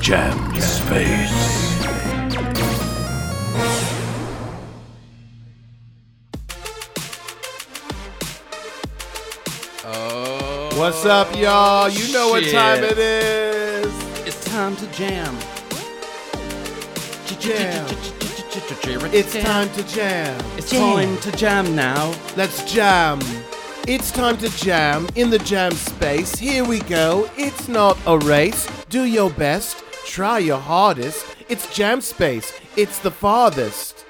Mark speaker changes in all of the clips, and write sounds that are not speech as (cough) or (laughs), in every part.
Speaker 1: Jam Space.
Speaker 2: What's up, y'all? You know what
Speaker 3: shit.
Speaker 2: time it is.
Speaker 3: It's time to jam.
Speaker 2: Jam. It's
Speaker 3: It's
Speaker 2: time to jam.
Speaker 3: It's time to jam now.
Speaker 2: Let's jam. It's time to jam in the jam space. Here we go. It's not a race. Do your best. Try your hardest. It's jam space. It's the farthest.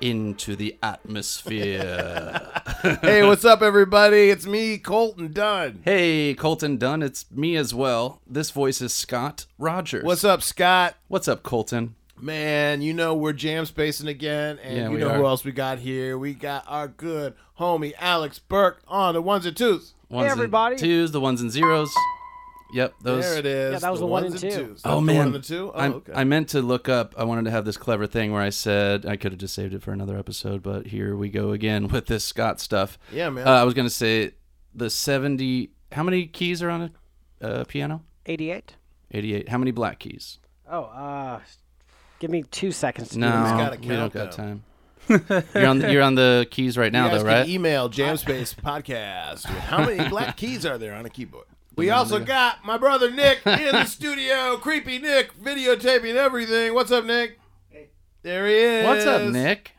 Speaker 3: Into the
Speaker 2: (laughs)
Speaker 3: atmosphere. (laughs)
Speaker 2: hey, what's up, everybody? It's me, Colton Dunn.
Speaker 3: hey, Colton Dunn, it's me as well. This voice is Scott Rogers.
Speaker 2: What's up, Scott?
Speaker 3: What's up, Colton?
Speaker 2: Man, you know we're jam spacing again, and
Speaker 3: Yeah,
Speaker 2: you
Speaker 3: we
Speaker 2: know
Speaker 3: are.
Speaker 2: who else we got here. We got our good homie Alex Burke on the ones and twos.
Speaker 3: Ones and
Speaker 4: everybody.
Speaker 3: twos, the ones and zeros. Yep, those.
Speaker 2: There it is.
Speaker 4: Yeah, that was the one and two.
Speaker 2: twos.
Speaker 3: Oh
Speaker 2: That's
Speaker 3: man,
Speaker 2: the one and the two. Oh,
Speaker 3: I'm-
Speaker 2: okay.
Speaker 3: I meant to look up. I wanted to have this clever thing where I said I could have just saved it for another episode, but here we go again (laughs) with this Scott stuff.
Speaker 2: Yeah, man.
Speaker 3: Uh, I was gonna say the seventy. How many keys are on a uh, piano?
Speaker 4: 88?
Speaker 3: Eighty-eight. How many black keys?
Speaker 4: Oh, uh, give me two seconds to do this.
Speaker 3: No,
Speaker 2: gotta
Speaker 3: we don't
Speaker 2: count
Speaker 3: got time.
Speaker 2: them.
Speaker 3: you're on. The, you're on the keys right
Speaker 2: you
Speaker 3: now,
Speaker 2: guys
Speaker 3: though,
Speaker 2: can
Speaker 3: right?
Speaker 2: email Jamspace Podcast with how
Speaker 3: (laughs)
Speaker 2: many black keys are there on a keyboard. We also got my brother
Speaker 3: (laughs)
Speaker 2: Nick in the studio. Creepy Nick videotaping everything. What's up, Nick? There he is.
Speaker 3: What's up, Nick?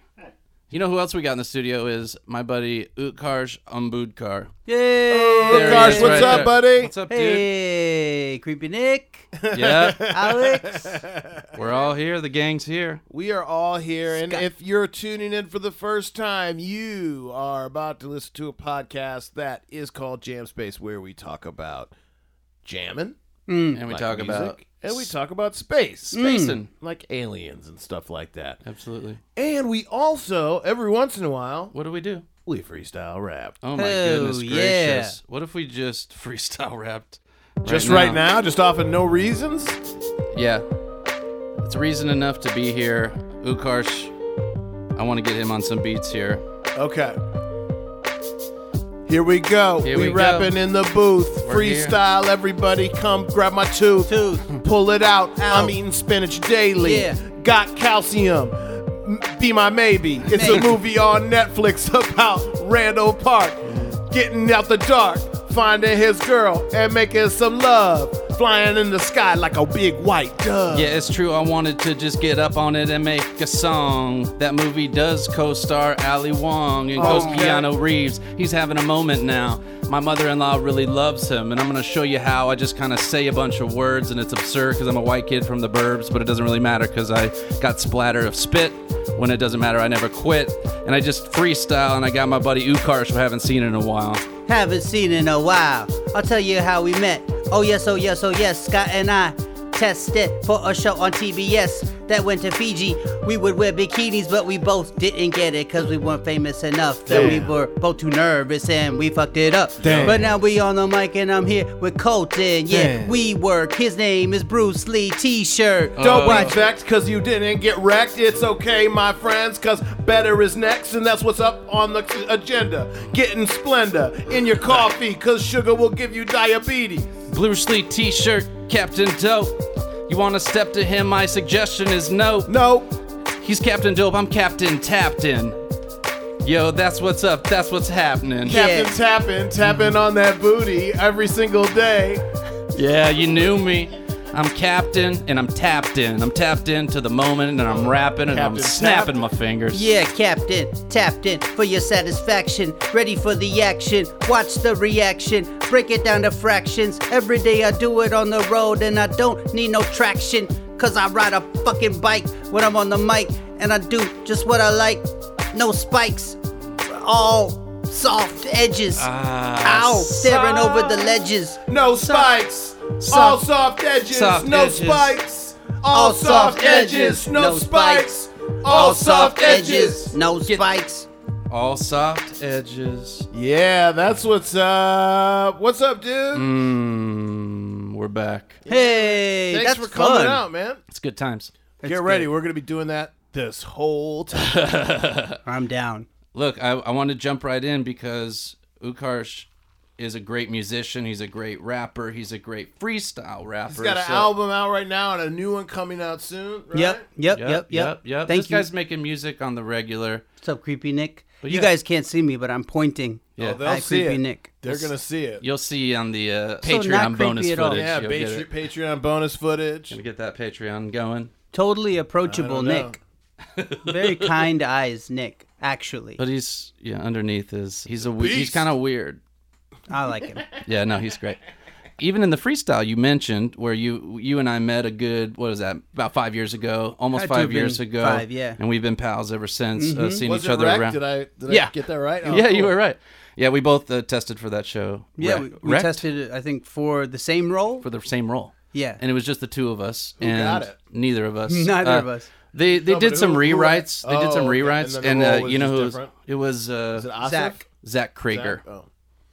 Speaker 3: You know who else we got in the studio is my buddy Utkarsh Ambudkar.
Speaker 5: Yay!
Speaker 3: There he
Speaker 2: Utkarsh,
Speaker 3: is
Speaker 2: what's up, buddy?
Speaker 3: What's up, dude?
Speaker 5: hey, creepy Nick,
Speaker 3: Yeah,
Speaker 2: (laughs)
Speaker 3: (laughs)
Speaker 5: Alex.
Speaker 3: we're all here. The gang's here.
Speaker 2: We are all here, and if you're tuning in for the first time, you are about to listen to a podcast that is called Jam Space, where we talk about jamming,
Speaker 3: And we
Speaker 2: like
Speaker 3: talk
Speaker 2: music,
Speaker 3: about Mm.
Speaker 2: and we talk about space,
Speaker 3: spacing.
Speaker 2: like aliens and stuff like that.
Speaker 3: Absolutely.
Speaker 2: And we also, every once in a while,
Speaker 3: What do we do?
Speaker 2: we freestyle rap.
Speaker 3: Oh my
Speaker 5: Oh,
Speaker 3: goodness
Speaker 5: yeah.
Speaker 3: gracious! What if we just (laughs) freestyle rapped?
Speaker 2: just right now, just off of no reasons.
Speaker 3: Yeah. It's reason enough to be here. Ukarsh, I want to get him on some beats here.
Speaker 2: Okay. Here we go.
Speaker 3: Here
Speaker 2: we
Speaker 3: we go.
Speaker 2: rapping in the booth.
Speaker 3: We're here.
Speaker 2: Freestyle, everybody come grab my tooth. Pull it out. I'm eating spinach daily.
Speaker 5: Yeah.
Speaker 2: Got calcium. M- Be my maybe. It's a
Speaker 5: Maybe.
Speaker 2: movie on Netflix (laughs) about Randall Park getting out the dark, finding his girl, and making some love. Flying in the sky like a big white dove.
Speaker 3: Yeah, it's true. I wanted to just get up on it and make a song. That movie does co star Ali Wong and goes
Speaker 2: Okay.
Speaker 3: Keanu Reeves. He's having a moment now. My mother in law really loves him, and I'm going to show you how I just kind of say a bunch of words, and it's absurd because I'm a white kid from the burbs, but it doesn't really matter because I got splatter of spit. When it doesn't matter, I never quit. And I just freestyle, and I got my buddy Ukarsh, who I haven't seen in a while.
Speaker 5: Haven't seen in a while. I'll tell you how we met. Oh yes, oh yes, oh yes. Scott and I tested for a show on TBS that went to Fiji. We would wear bikinis, but we both didn't get it because we weren't famous enough. That we
Speaker 2: Damn.
Speaker 5: were both too nervous and we fucked it up.
Speaker 2: Damn.
Speaker 5: But now we on the mic and I'm here with Colton. Yeah,
Speaker 2: Damn.
Speaker 5: we work. His name is Bruce Lee T-shirt.
Speaker 2: Don't
Speaker 3: Uh,
Speaker 2: be vexed cause you didn't get wrecked. It's okay, my friends, cause better is next, and that's what's up on the agenda. Getting splendor in your coffee, cause sugar will give you diabetes.
Speaker 3: Blue sleeve t shirt, Captain Dope. You want to step to him? My suggestion is no.
Speaker 2: No,
Speaker 3: He's Captain Dope, I'm Captain Tapped In. Yo, that's what's up, that's what's happening.
Speaker 5: Yeah.
Speaker 2: Captain tapping, tapping on that booty every single day.
Speaker 3: Yeah, you knew me. I'm Captain and I'm tapped in. I'm tapped into the moment and I'm rapping and I'm
Speaker 2: Captain
Speaker 3: snapping
Speaker 2: Tapped.
Speaker 3: my fingers.
Speaker 5: Yeah, Captain, tapped in for your satisfaction. Ready for the action, watch the reaction. Break it down to fractions. Every day I do it on the road and I don't need no traction. Cause I ride a fucking bike when I'm on the mic and I do just what I like. No spikes, all soft edges. Ow, staring over the ledges.
Speaker 2: No spikes, all soft edges.
Speaker 3: soft
Speaker 2: no
Speaker 3: edges.
Speaker 2: spikes, all,
Speaker 5: All
Speaker 2: soft,
Speaker 5: soft
Speaker 2: edges.
Speaker 5: edges.
Speaker 2: No,
Speaker 5: No
Speaker 2: spikes, all soft edges.
Speaker 5: No spikes.
Speaker 3: All soft edges.
Speaker 2: Yeah, that's what's up. What's up, dude?
Speaker 3: Mm. Mmm, we're back.
Speaker 5: Hey,
Speaker 2: Thanks
Speaker 5: that's
Speaker 2: for coming
Speaker 5: fun.
Speaker 2: out, man.
Speaker 3: It's good times.
Speaker 2: Get ready. We're going to be doing that this whole time. (laughs)
Speaker 5: I'm down.
Speaker 3: Look, I, I want to jump right in because Ukarsh is a great musician. He's a great rapper. He's a great freestyle rapper.
Speaker 2: He's got an
Speaker 3: so-
Speaker 2: album out right now and a new one coming out soon. Right?
Speaker 5: Yep, yep, yep, yep. Thank
Speaker 3: this
Speaker 5: you.
Speaker 3: guy's making music on the regular.
Speaker 5: What's up, Creepy Nick?
Speaker 3: But
Speaker 5: You
Speaker 3: yeah.
Speaker 5: guys can't see me, but I'm pointing.
Speaker 3: Yeah.
Speaker 2: Oh, they'll
Speaker 5: Hi,
Speaker 2: see
Speaker 5: Creepy
Speaker 2: it.
Speaker 5: Nick.
Speaker 2: They're gonna see it.
Speaker 3: You'll see on the uh,
Speaker 5: So not
Speaker 3: Patreon
Speaker 5: creepy
Speaker 3: bonus
Speaker 5: at all.
Speaker 3: footage.
Speaker 2: Yeah,
Speaker 3: You'll get
Speaker 2: Patr-
Speaker 3: it.
Speaker 2: Patreon bonus footage.
Speaker 3: Gonna get that Patreon going.
Speaker 5: Totally
Speaker 2: I
Speaker 5: approachable,
Speaker 2: don't know.
Speaker 5: Nick. (laughs) Very kind eyes, Nick. Actually,
Speaker 3: But he's yeah underneath is he's a we- he's
Speaker 2: Beast.
Speaker 3: kind of weird.
Speaker 5: I like him.
Speaker 3: Yeah, no,
Speaker 2: (laughs)
Speaker 3: he's great. Even in the freestyle you mentioned, where you you and I met a good what is that about five years ago, almost
Speaker 5: Had to have
Speaker 3: five
Speaker 5: been
Speaker 3: years ago,
Speaker 5: five, yeah. Mm-hmm.
Speaker 3: and we've been pals ever since, uh, seen
Speaker 2: Was
Speaker 3: each
Speaker 2: it
Speaker 3: other
Speaker 2: Wreck?
Speaker 3: around.
Speaker 2: Did I did I
Speaker 3: Yeah.
Speaker 2: get that right? Oh,
Speaker 3: yeah, you
Speaker 2: cool.
Speaker 3: were right. Yeah, we both uh, tested for that show.
Speaker 5: Yeah,
Speaker 3: Wreck-
Speaker 5: we, we
Speaker 3: Wrecked?
Speaker 5: tested it. I think for the same role.
Speaker 3: for the same role.
Speaker 5: Yeah.
Speaker 3: and it was just the two of us. Who and
Speaker 2: got it?
Speaker 3: Neither
Speaker 2: (laughs)
Speaker 3: of us. Uh,
Speaker 5: Neither of us.
Speaker 3: They they
Speaker 2: No,
Speaker 3: did
Speaker 2: but
Speaker 3: some
Speaker 2: who- who-
Speaker 3: rewrites. they did some
Speaker 2: oh, okay.
Speaker 3: rewrites,
Speaker 2: And then
Speaker 3: and,
Speaker 2: the role
Speaker 3: uh,
Speaker 2: was
Speaker 3: you know
Speaker 2: just
Speaker 3: who was-
Speaker 2: different?
Speaker 3: it was. Uh,
Speaker 2: Is it Asif?
Speaker 5: Zach.
Speaker 3: Zach Krieger.
Speaker 2: Zach? Oh.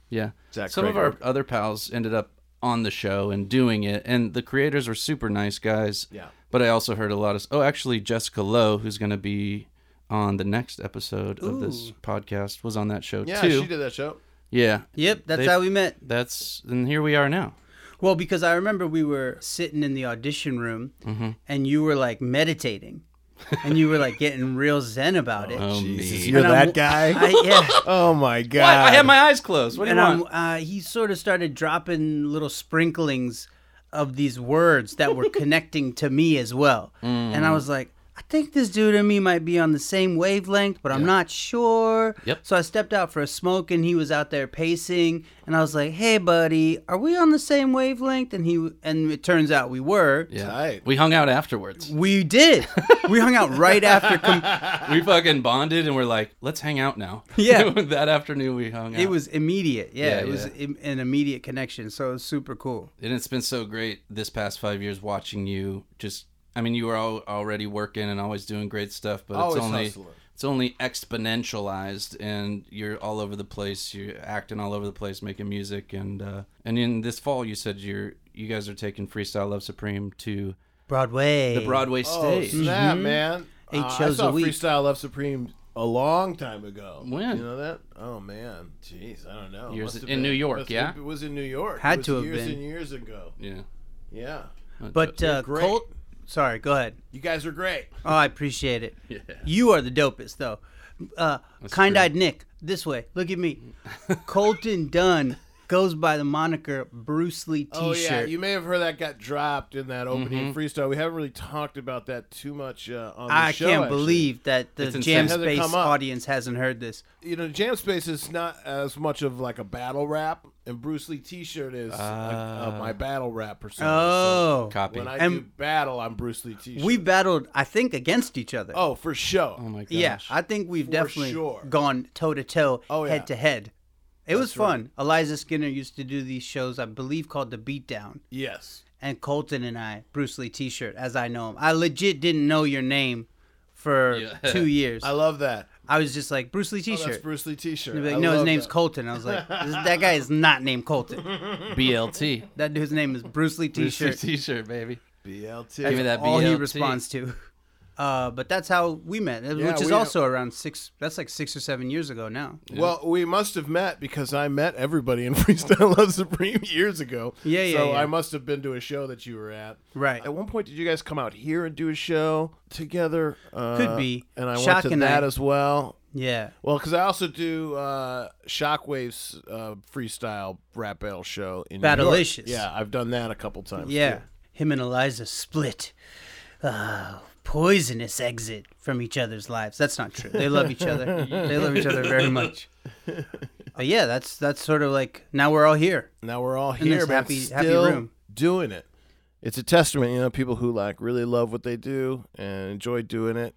Speaker 3: Yeah.
Speaker 2: Zach
Speaker 3: Some
Speaker 2: Craig.
Speaker 3: of our other pals ended up on the show and doing it, and the creators were super nice guys.
Speaker 2: Yeah.
Speaker 3: But I also heard a lot of oh, actually Jessica Lowe, who's going to be on the next episode of this podcast, was on that show
Speaker 2: Yeah,
Speaker 3: too.
Speaker 2: she did that show.
Speaker 3: Yeah.
Speaker 5: Yep, that's
Speaker 3: They-
Speaker 5: how we met.
Speaker 3: That's and here we are now.
Speaker 5: Well, because I remember we were sitting in the audition room,
Speaker 3: Mm-hmm.
Speaker 5: and you were like meditating, and you were like getting real zen about it.
Speaker 3: (laughs) Oh, me.
Speaker 2: You're
Speaker 5: And I'm-
Speaker 2: that guy.
Speaker 5: I, yeah.
Speaker 3: (laughs)
Speaker 2: oh my god.
Speaker 3: What? I had my eyes closed. What do you
Speaker 5: and I'm,
Speaker 3: want?
Speaker 5: uh, he sort of started dropping little sprinklings of these words
Speaker 3: (laughs)
Speaker 5: that were connecting to me as well. And
Speaker 3: Mm.
Speaker 5: I was like, I think this dude and me might be on the same wavelength, but I'm not sure.
Speaker 3: Yep.
Speaker 5: So I stepped out for a smoke, and he was out there pacing, and I was like, Hey, buddy, are we on the same wavelength? And he and it turns out we were.
Speaker 3: yeah.
Speaker 2: Tight.
Speaker 3: We hung out afterwards.
Speaker 5: We did. we hung out
Speaker 3: (laughs)
Speaker 5: right after. Com-
Speaker 3: we fucking bonded and we're like, let's hang out now. (laughs)
Speaker 5: Yeah.
Speaker 3: that afternoon we hung out.
Speaker 5: it was immediate. Yeah,
Speaker 3: Yeah,
Speaker 5: it was
Speaker 3: yeah.
Speaker 5: Im- an immediate connection. So it was super cool.
Speaker 3: and it's been so great this past five years watching you just i mean you were al already working and always doing great stuff but
Speaker 2: Always
Speaker 3: it's only
Speaker 2: hustling.
Speaker 3: it's only exponentialized and you're all over the place you're acting all over the place making music and uh and in this fall you said you're you guys are taking freestyle love supreme to
Speaker 5: Broadway.
Speaker 3: the broadway
Speaker 2: Oh
Speaker 3: stage
Speaker 2: snap, man!
Speaker 5: Eight
Speaker 2: Uh, I
Speaker 5: shows
Speaker 2: saw
Speaker 5: a week.
Speaker 2: Freestyle Love Supreme a long time ago.
Speaker 3: When?
Speaker 2: you know that? Oh man, jeez, I don't know.
Speaker 3: Years
Speaker 2: Must have
Speaker 3: in
Speaker 2: been-
Speaker 3: New York,
Speaker 2: must-
Speaker 3: yeah?
Speaker 2: It was in New York. It
Speaker 5: Had
Speaker 2: was
Speaker 5: to have
Speaker 2: years
Speaker 5: been.
Speaker 2: and years ago.
Speaker 3: yeah
Speaker 2: Yeah,
Speaker 5: But uh,
Speaker 2: great.
Speaker 5: Colt, sorry, go ahead.
Speaker 2: you guys are great.
Speaker 5: Oh, I appreciate it. You are the dopest, though. Uh, kind-eyed Nick, this way. Look at me. Colton Dunn goes by the moniker Bruce Lee T-shirt.
Speaker 2: Oh yeah, you may have heard that got dropped in that opening freestyle. We haven't really talked about that too much uh, on the
Speaker 5: I
Speaker 2: show.
Speaker 5: can't
Speaker 2: actually.
Speaker 5: believe that the
Speaker 3: It's
Speaker 5: Jam
Speaker 3: insane.
Speaker 2: Hasn't
Speaker 5: Space
Speaker 2: come up.
Speaker 5: audience hasn't heard this.
Speaker 2: you know, Jam Space is not as much of like a battle rap, and Bruce Lee T-shirt is like,
Speaker 3: Ah.
Speaker 2: uh, my battle rap persona.
Speaker 5: Oh,
Speaker 2: so
Speaker 3: copy
Speaker 2: when I do
Speaker 5: And-
Speaker 2: battle, I'm Bruce Lee T-shirt.
Speaker 5: we battled, I think, against each other.
Speaker 2: oh for sure.
Speaker 3: oh my gosh
Speaker 5: yeah, I think we've definitely
Speaker 2: sure.
Speaker 5: gone toe to toe,
Speaker 2: Oh, yeah.
Speaker 5: head to head. It was fun. Eliza Skinner used to do these shows, I believe, called The Beatdown.
Speaker 2: Yes.
Speaker 5: and Colton and I, Bruce Lee T-shirt, as I know him. I legit didn't know your name for
Speaker 2: (laughs)
Speaker 3: Yeah.
Speaker 5: two years.
Speaker 2: I
Speaker 5: I,
Speaker 2: love that.
Speaker 5: was just like Bruce Lee
Speaker 2: Oh, that's
Speaker 5: T-shirt.
Speaker 2: Bruce Lee T-shirt.
Speaker 5: They'd be like,
Speaker 2: I
Speaker 5: no, his
Speaker 2: love
Speaker 5: name's
Speaker 2: that.
Speaker 5: Colton. I was like, this, that guy is not
Speaker 2: (laughs)
Speaker 5: named Colton.
Speaker 3: blt
Speaker 5: That dude's name is Bruce Lee
Speaker 3: Bruce
Speaker 5: (laughs) T-shirt.
Speaker 3: Lee (laughs) t-shirt baby
Speaker 2: BLT.
Speaker 3: give me that
Speaker 5: All he
Speaker 3: BLT.
Speaker 5: responds to. (laughs) Uh, but that's how we met, which is
Speaker 2: we-
Speaker 5: also around six. That's like six or seven years ago now.
Speaker 2: Well, we must have met because I met everybody in (laughs) Freestyle Love Supreme years ago.
Speaker 5: Yeah, yeah,
Speaker 2: So
Speaker 5: yeah.
Speaker 2: I must have been to a show that you were at.
Speaker 5: Right.
Speaker 2: At one point, did you guys come out here and do a show together? Uh,
Speaker 5: Could be.
Speaker 2: And I
Speaker 5: Shock
Speaker 2: went to
Speaker 5: and
Speaker 2: that
Speaker 5: I-
Speaker 2: as well.
Speaker 5: Yeah.
Speaker 2: Well, because I also do uh, Shockwave's uh, freestyle rap battle show in New York.
Speaker 5: Battalicious.
Speaker 2: Yeah, I've done that a couple times.
Speaker 5: Yeah.
Speaker 2: too.
Speaker 5: Him and Eliza split. Uh, poisonous exit from each other's lives. That's not true. They love each
Speaker 2: (laughs)
Speaker 5: other. they love each other very much. But yeah, that's that's sort of like now we're all here.
Speaker 2: Now we're all
Speaker 5: this
Speaker 2: here, but
Speaker 5: happy-
Speaker 2: still
Speaker 5: happy room.
Speaker 2: doing it. It's a testament, you know, people who like really love what they do and enjoy doing it.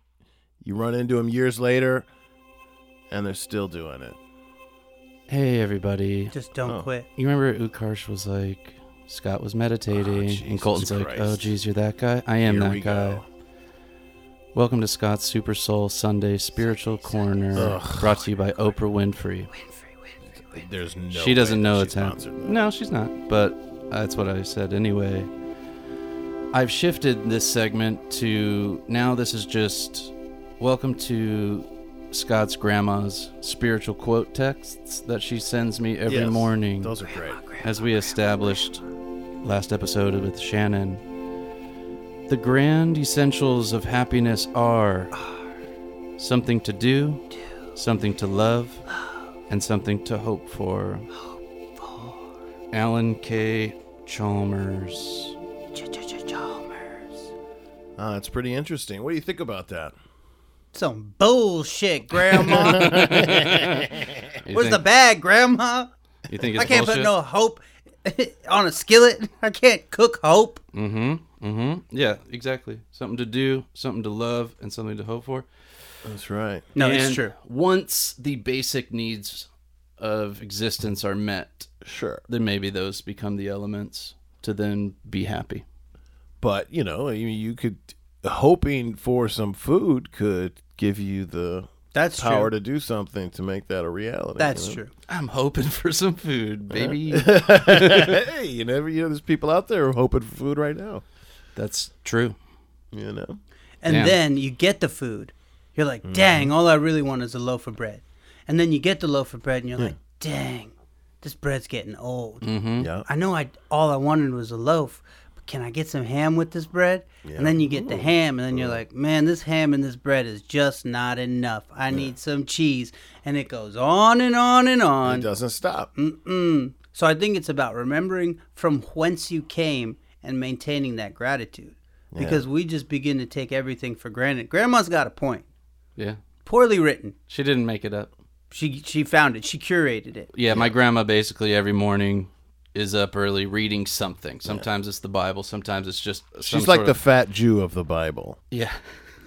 Speaker 2: You run into them years later, and they're still doing it.
Speaker 3: hey everybody
Speaker 5: Just don't
Speaker 2: Oh.
Speaker 5: quit.
Speaker 3: You remember Utkarsh was like, Scott was meditating, and Colton's like,
Speaker 2: Ah, Christ.
Speaker 3: oh, geez, you're that guy? I am
Speaker 2: Here
Speaker 3: that
Speaker 2: we
Speaker 3: guy.
Speaker 2: go.
Speaker 3: Welcome to Scott's Super Soul Sunday Spiritual Corner, brought to you by Oprah Winfrey.
Speaker 2: There's no.
Speaker 3: she doesn't
Speaker 2: way that
Speaker 3: know
Speaker 2: she
Speaker 3: it's
Speaker 2: sponsored
Speaker 3: happening.
Speaker 2: that.
Speaker 3: No, she's not, but that's what I said anyway. I've shifted this segment to now this is just welcome to Scott's grandma's spiritual quote texts that she sends me every
Speaker 2: Yes,
Speaker 3: morning.
Speaker 2: Those are great.
Speaker 3: As we established last episode with Shannon, the grand essentials of happiness are something to do, something to love, and something to hope for. Alan K. Chalmers.
Speaker 2: Uh, it's pretty interesting. What do you think about that?
Speaker 5: Some
Speaker 2: (laughs)
Speaker 5: bullshit, Grandma.
Speaker 3: You
Speaker 5: Where's the
Speaker 3: think-
Speaker 5: bag, Grandma?
Speaker 3: You think it's
Speaker 5: I can't
Speaker 3: bullshit?
Speaker 5: put no hope (laughs) on a skillet. I can't cook hope.
Speaker 3: Mm-hmm. Mm-hmm. Yeah, exactly. Something to do, something to love, and something to hope for.
Speaker 2: That's right.
Speaker 5: No,
Speaker 3: And
Speaker 5: it's true.
Speaker 3: Once the basic needs of existence are met,
Speaker 2: Sure.
Speaker 3: then maybe those become the elements to then be happy.
Speaker 2: But, you know, you, you could, hoping for some food could give you the
Speaker 5: That's
Speaker 2: power
Speaker 5: true.
Speaker 2: to do something to make that a reality.
Speaker 5: That's
Speaker 2: you know?
Speaker 5: true.
Speaker 3: I'm hoping for some food, baby.
Speaker 2: (laughs) hey, you never, you know, there's people out there hoping for food right now.
Speaker 3: (laughs) That's true.
Speaker 2: You know?
Speaker 5: And
Speaker 3: Damn.
Speaker 5: then you get the food. You're like, dang, all I really want is a loaf of bread. And then you get the loaf of bread and you're like, dang, this bread's getting old.
Speaker 3: Mm-hmm.
Speaker 2: Yeah.
Speaker 5: I know I all I wanted was a loaf, but can I get some ham with this bread? And then you get the ham, and then you're like, man, this ham and this bread is just not enough. I need some cheese, and it goes on and on and
Speaker 2: It
Speaker 5: on.
Speaker 2: doesn't stop.
Speaker 5: Mm. So I think it's about remembering from whence you came and maintaining that gratitude, because we just begin to take everything for granted. Grandma's got a point.
Speaker 3: Yeah.
Speaker 5: Poorly written.
Speaker 3: She didn't make it up.
Speaker 5: She she found it. She curated it. (laughs)
Speaker 3: Yeah, my grandma basically every morning is up early reading something. Sometimes it's the Bible, sometimes it's just some
Speaker 2: She's like
Speaker 3: sort
Speaker 2: the
Speaker 3: of-
Speaker 2: fat Jew of the Bible.
Speaker 3: Yeah.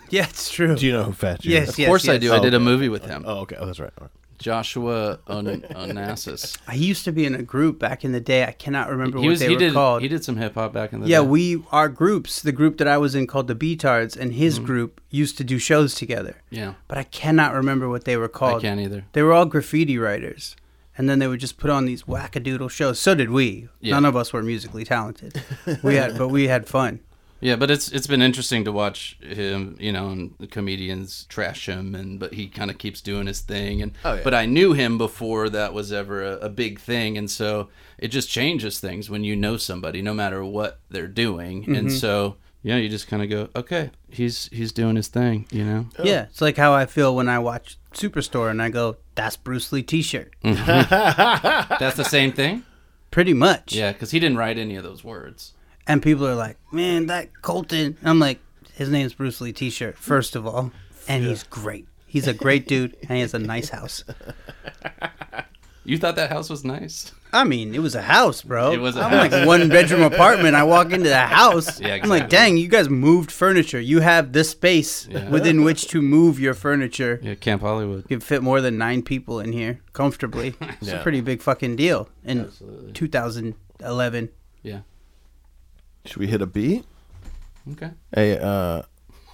Speaker 5: Yeah, it's true.
Speaker 2: Do you know who fat Jew
Speaker 5: Yes,
Speaker 2: is?
Speaker 5: yes,
Speaker 3: Of course I
Speaker 5: yes.
Speaker 3: do. I did a movie with him.
Speaker 2: Oh, okay. Oh, that's right. All right.
Speaker 3: Joshua On- Onassis.
Speaker 5: I used to be in a group back in the day. I cannot remember
Speaker 3: He
Speaker 5: what
Speaker 3: was
Speaker 5: they
Speaker 3: he
Speaker 5: were
Speaker 3: did
Speaker 5: called.
Speaker 3: he did some hip hop back in the
Speaker 5: yeah,
Speaker 3: day.
Speaker 5: we our groups, the group that I was in called the Beatards, and his group used to do shows together.
Speaker 3: Mm-hmm. yeah.
Speaker 5: But I cannot remember what they were called.
Speaker 3: I can't either.
Speaker 5: They were all graffiti writers, and then they would just put on these wackadoodle shows. So did we.
Speaker 3: Yeah.
Speaker 5: None of us were musically talented. we had, but we had fun.
Speaker 3: Yeah, but it's it's been interesting to watch him, you know, and the comedians trash him, and but he kind of keeps doing his thing. And
Speaker 2: Oh, yeah.
Speaker 3: but I knew him before that was ever a, a big thing, and so it just changes things when you know somebody, no matter what they're doing.
Speaker 2: Mm-hmm.
Speaker 3: And so yeah, you just kind of go, okay, he's he's doing his thing, you know.
Speaker 5: Yeah, it's like how I feel when I watch Superstore, and I go, "That's Bruce Lee T-shirt."
Speaker 3: Mm. That's the same thing.
Speaker 5: Pretty much.
Speaker 3: Yeah, because he didn't write any of those words.
Speaker 5: And people are like, man, that Colton. I'm like, his name's Bruce Lee t shirt, first of all. And he's great. He's a great dude and he has a nice house.
Speaker 3: You thought that house was nice.
Speaker 5: I mean, it was a house, bro.
Speaker 3: It was a
Speaker 5: I'm like one bedroom apartment. I walk into
Speaker 3: (laughs)
Speaker 5: the house.
Speaker 3: Yeah,
Speaker 5: I'm like,
Speaker 3: exactly.
Speaker 5: dang, you guys moved furniture. You have this space
Speaker 3: Yeah.
Speaker 5: within which to move your furniture.
Speaker 3: Yeah, Camp Hollywood.
Speaker 5: You can fit more than nine people in here comfortably.
Speaker 3: (laughs)
Speaker 5: It's
Speaker 2: Yeah.
Speaker 5: a pretty big fucking deal in
Speaker 3: Absolutely.
Speaker 5: 2011.
Speaker 3: Yeah.
Speaker 2: Should we hit a B?
Speaker 3: Okay.
Speaker 2: Hey, uh,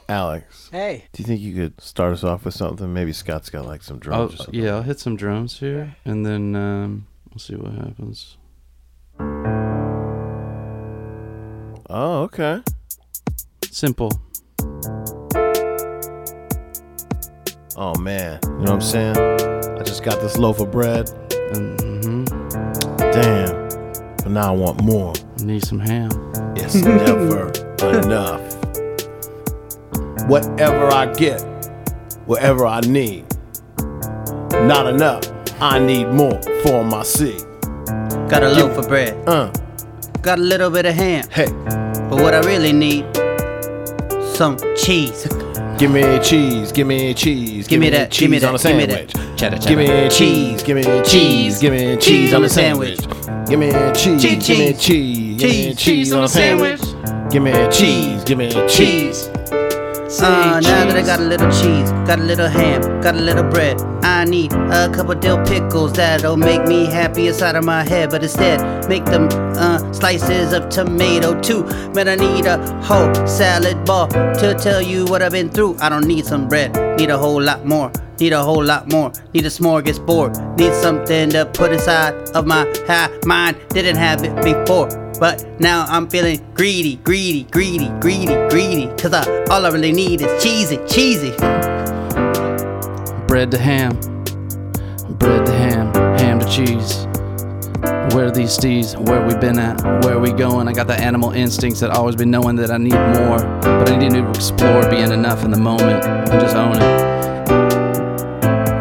Speaker 2: Alex,
Speaker 4: Hey,
Speaker 2: do you think you could start us off with something? Maybe Scott's got like some
Speaker 3: I'll,
Speaker 2: drums or something.
Speaker 3: Oh, yeah, I'll hit some drums here, and then um, we'll see what happens.
Speaker 2: Oh, okay.
Speaker 3: Simple.
Speaker 2: Oh, man. You know what I'm saying? I just got this loaf of bread.
Speaker 3: Mm-hmm.
Speaker 2: Damn. But now I want more.
Speaker 3: Need some ham.
Speaker 2: It's never enough. Whatever I get, whatever I need, not enough. I need more for my seed.
Speaker 5: Got a loaf of bread,
Speaker 2: Uh,
Speaker 5: got a little bit of ham.
Speaker 2: hey,
Speaker 5: But what I really need, some cheese. (laughs)
Speaker 2: give me cheese, give me cheese,
Speaker 5: Give me that,
Speaker 2: cheese
Speaker 5: give me
Speaker 2: on a
Speaker 5: that, give me that.
Speaker 2: sandwich.
Speaker 3: Cheddar,
Speaker 2: Give me cheese, give me cheese, give me cheese on a sandwich. Give me cheese,
Speaker 5: Cheese,
Speaker 2: give me
Speaker 5: cheese.
Speaker 2: cheese, give me
Speaker 5: Cheese,
Speaker 2: cheese on a sandwich. Give me cheese, give me cheese.
Speaker 5: Uh, now that I got a little cheese, got a little ham, got a little bread, I need a couple dill pickles that'll make me happy inside of my head. But instead, make them uh, slices of tomato too. Man, I need a whole salad bar to tell you what I've been through. I don't need some bread, need a whole lot more. Need a whole lot more. Need a smorgasbord. Need something to put inside of my high mind. Didn't have it before. But now I'm feeling greedy, greedy, greedy, greedy, greedy. Cause I, all I really need is cheesy, cheesy.
Speaker 3: bread to ham, bread to ham, ham to cheese. Where are these steez? Where we been at? Where we going? I got the animal instincts that always been knowing that I need more, but I need to explore being enough in the moment and just own it.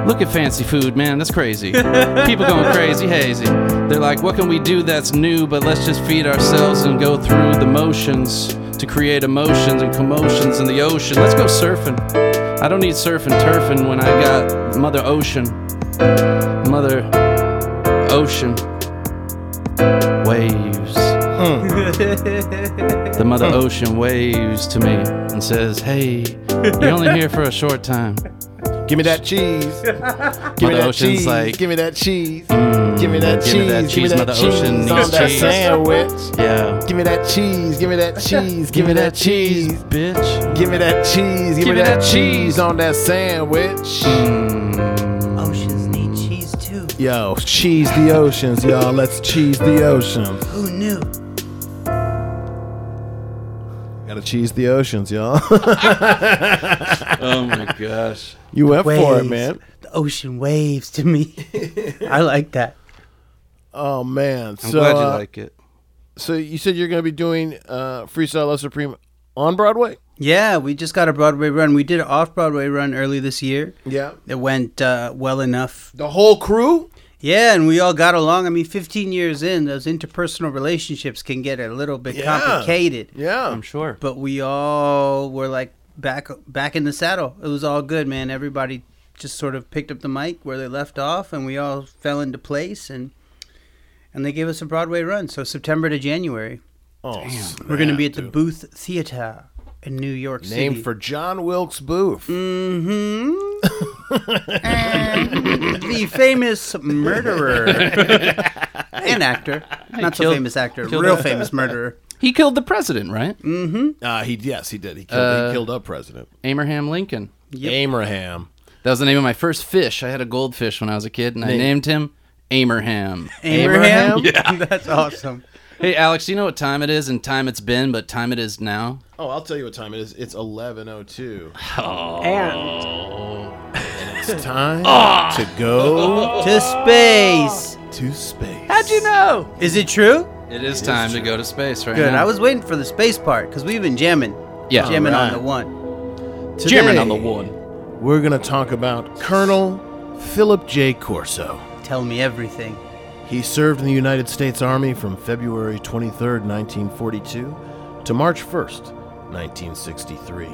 Speaker 3: Look at fancy food, man. That's crazy. People going crazy, hazy. They're like, what can we do that's new? But let's just feed ourselves and go through the motions to create emotions and commotions in the ocean. Let's go surfing. I don't need surfing, turfing when I got Mother Ocean. Mother Ocean waves.
Speaker 2: Hmm.
Speaker 3: the mother ocean waves to me and says, Hey, you're only here for a short time.
Speaker 2: (laughs) Give me that cheese. Give me
Speaker 3: Mother
Speaker 2: that
Speaker 3: Ocean's
Speaker 2: cheese.
Speaker 3: like- mm,
Speaker 2: Give me that cheese. Give me that
Speaker 3: give me
Speaker 2: cheese.
Speaker 3: that
Speaker 2: Give me
Speaker 3: cheese.
Speaker 2: that
Speaker 3: Mother
Speaker 2: cheese
Speaker 3: Ocean
Speaker 2: on
Speaker 3: needs
Speaker 2: that
Speaker 3: cheese.
Speaker 2: sandwich.
Speaker 3: Yeah.
Speaker 2: Give me that cheese. Give me that cheese. Give me that cheese.
Speaker 3: bitch.
Speaker 2: Give me that cheese. Give me that cheese on that sandwich.
Speaker 5: Oceans need cheese too.
Speaker 2: Yo, cheese the oceans, y'all. Let's cheese the oceans.
Speaker 5: Who knew?
Speaker 2: Gotta cheese the oceans, y'all. (laughs)
Speaker 3: Oh my gosh.
Speaker 2: you went for it, man.
Speaker 5: The ocean waves to me. (laughs) I like that.
Speaker 2: Oh man.
Speaker 3: I'm
Speaker 2: so,
Speaker 3: glad you
Speaker 2: uh,
Speaker 3: like it.
Speaker 2: so you said you're gonna be doing uh, Freestyle Love Supreme on Broadway?
Speaker 5: Yeah, we just got a Broadway run. We did an off Broadway run early this year.
Speaker 2: Yeah.
Speaker 5: It went uh, well enough.
Speaker 2: The whole crew?
Speaker 5: Yeah, and we all got along. I mean, 15 years in, those interpersonal relationships can get a little bit
Speaker 2: Yeah.
Speaker 5: complicated.
Speaker 2: Yeah.
Speaker 3: I'm sure.
Speaker 5: But we all were like back back in the saddle. It was all good, man. Everybody just sort of picked up the mic where they left off, and we all fell into place. and And they gave us a Broadway run, so September to January.
Speaker 2: Oh, snap,
Speaker 5: We're going to be at the
Speaker 2: dude.
Speaker 5: Booth Theater in New York City.
Speaker 2: Named for John Wilkes Booth.
Speaker 3: Mm.
Speaker 5: Mm-hmm. the famous
Speaker 2: (laughs)
Speaker 5: murderer and actor, not so
Speaker 3: killed-
Speaker 5: famous actor,
Speaker 3: killed
Speaker 5: real
Speaker 3: a-
Speaker 5: famous murderer.
Speaker 3: He killed the president, right?
Speaker 2: Uh, he yes, he did. He killed,
Speaker 3: Uh,
Speaker 2: he killed up president
Speaker 3: Abraham Lincoln.
Speaker 2: Abraham.
Speaker 3: That was the name of my first fish. I had a goldfish when I was a kid, and I named him Abraham.
Speaker 5: Abraham.
Speaker 2: Abraham?
Speaker 5: Yeah, (laughs) that's awesome.
Speaker 3: (laughs) hey, Alex, you know what time it is and time it's been, but time it is now?
Speaker 2: Oh, I'll tell you what time it is. It's eleven oh two. Oh.
Speaker 4: And
Speaker 2: It's time
Speaker 3: Ah.
Speaker 2: to go
Speaker 3: (laughs)
Speaker 5: To space.
Speaker 2: to space.
Speaker 3: know?
Speaker 5: Is it true?
Speaker 3: It is time to go to space right
Speaker 5: Good.
Speaker 3: now.
Speaker 5: I was waiting for the space part because we've been jamming,
Speaker 3: yeah.
Speaker 5: jamming
Speaker 2: Alright.
Speaker 5: on the one.
Speaker 2: Today,
Speaker 3: Jamming on the one.
Speaker 2: We're gonna talk about Colonel Philip J. Corso.
Speaker 5: Tell me everything.
Speaker 2: He served in the United States Army from February 23, 1942 to March 1st, 1963.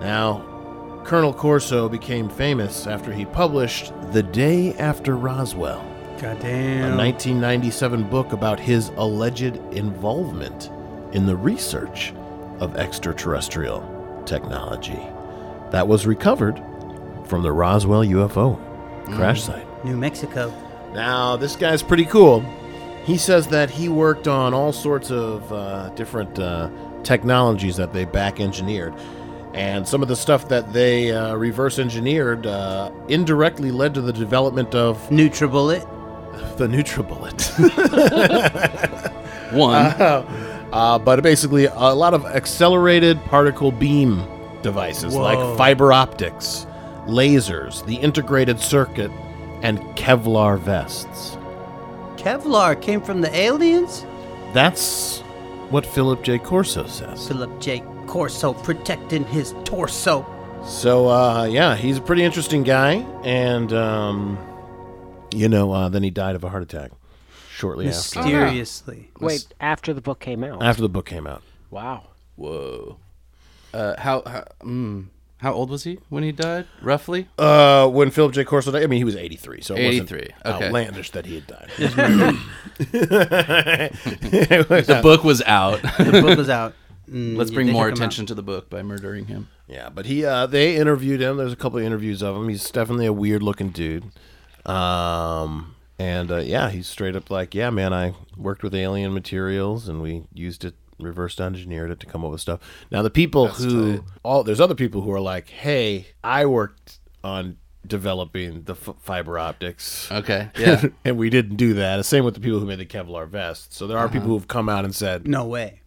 Speaker 2: Now, Colonel Corso became famous after he published The Day After Roswell,
Speaker 5: God
Speaker 2: a
Speaker 5: damn.
Speaker 2: 1997 book about his alleged involvement in the research of extraterrestrial technology that was recovered from the Roswell UFO crash site.
Speaker 5: New Mexico.
Speaker 2: Mm-hmm. Now, this guy's pretty cool. He says that he worked on all sorts of uh, different uh, technologies that they back engineered. And some of the stuff that they uh, reverse engineered uh, indirectly led to the development of (laughs)
Speaker 5: NutriBullet.
Speaker 2: the NutriBullet.
Speaker 3: One.
Speaker 2: uh, but basically, a lot of accelerated particle beam devices like fiber optics, lasers, the integrated circuit, and Kevlar vests.
Speaker 5: Kevlar came from the aliens.
Speaker 2: That's what Philip J. Corso says.
Speaker 5: Philip J. Corso protecting his torso.
Speaker 2: So, uh, yeah, he's a pretty interesting guy, and um, you know, uh, then he died of a heart attack shortly after
Speaker 3: (laughs)
Speaker 5: Mysteriously.
Speaker 4: wait, after the book came out.
Speaker 2: after the book came out.
Speaker 4: wow.
Speaker 3: Whoa. Uh, how how, mm, how old was he when he died? Roughly.
Speaker 2: Uh, when Philip J. Corso died, I mean, he was eighty-three, so it
Speaker 3: 83,
Speaker 2: wasn't
Speaker 3: okay.
Speaker 2: outlandish that he had died.
Speaker 3: (laughs) The book was out.
Speaker 5: The book was out. Mm,
Speaker 3: Uh, Let's
Speaker 5: yeah,
Speaker 3: bring
Speaker 5: they
Speaker 3: more
Speaker 5: took 'em out.
Speaker 3: attention to the book by murdering him.
Speaker 2: (laughs) Yeah, but he uh, they interviewed him. There's a couple of interviews of him. He's definitely a weird looking dude. Um, and uh, yeah, he's straight up like, yeah, man, I worked with alien materials and we used it, reversed engineered it to come up with stuff. Now the people who all there's other people who are like, hey, I worked on developing the f- fiber optics.
Speaker 3: (laughs) Okay. Yeah.
Speaker 2: (laughs) and we didn't do that. The Same with the people who made the Kevlar vests. So there are
Speaker 3: Uh-huh.
Speaker 2: people who've come out and said,
Speaker 5: No way.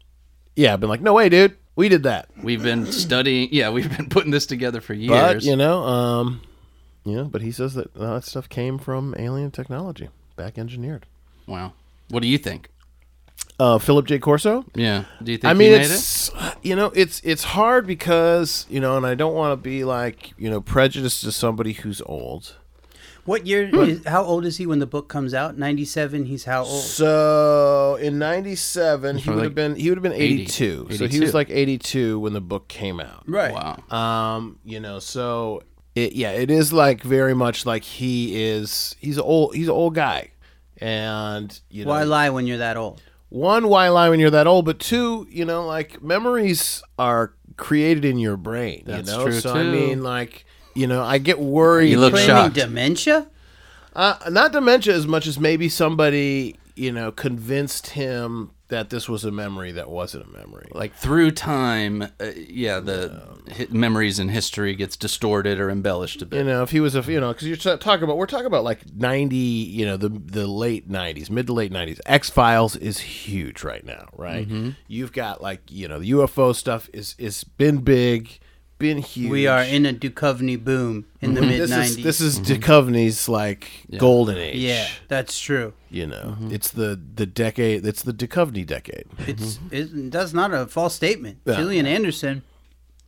Speaker 2: "Yeah, I've been like, no way, dude, we did that."
Speaker 3: we've been studying. Yeah, we've been putting this together for years.
Speaker 2: But you know, um, Yeah, but he says that all that stuff came from alien technology, back engineered.
Speaker 3: Wow. What do you think?
Speaker 2: Uh, Philip J. Corso.
Speaker 3: Yeah. Do you think
Speaker 2: I mean,
Speaker 3: he made it?
Speaker 2: it's you know, it's it's hard because you know, and I don't want to be like you know prejudiced to somebody who's old.
Speaker 5: What year? Is, how old is he when the book comes out? Ninety-seven. He's how old?
Speaker 2: So in '97, he would
Speaker 3: probably
Speaker 2: have been he would have been
Speaker 3: 80,
Speaker 2: 82. So he was
Speaker 3: 82.
Speaker 2: like 82 when the book came out.
Speaker 5: Right.
Speaker 3: Wow.
Speaker 2: Um, you know, so it, yeah, it is like very much like he is. He's an old. He's an old guy, and you know,
Speaker 5: Why lie when you're that old?
Speaker 2: one, why lie when you're that old? But two, you know, like memories are created in your brain.
Speaker 3: That's
Speaker 2: you know,
Speaker 3: true,
Speaker 2: so I
Speaker 3: too.
Speaker 2: mean, like you know, I get worried.
Speaker 3: You look
Speaker 5: Claiming
Speaker 3: shocked.
Speaker 5: dementia?
Speaker 2: Uh, not dementia as much as maybe somebody you know convinced him that this was a memory that wasn't a memory. Like
Speaker 3: like through time, uh, yeah, the hi- memories and history gets distorted or embellished a bit.
Speaker 2: you know, if he was a you know, because you're t- talking about we're talking about like ninety, you know, the the late nineties, mid to late nineties. X Files is huge right now, right?
Speaker 5: Mm-hmm.
Speaker 2: You've got like you know the UFO stuff is is been big, been huge. Mm-hmm.
Speaker 5: We are in a Duchovny boom in the mid
Speaker 2: this is
Speaker 5: nineties.
Speaker 2: this is Duchovny's like golden age.
Speaker 5: yeah, Mm-hmm. that's true.
Speaker 2: you know, it's the the decade. It's the Duchovny decade.
Speaker 5: (laughs) It's it, that's not a false statement.
Speaker 2: Mm-hmm. Yeah.
Speaker 5: Gillian Anderson,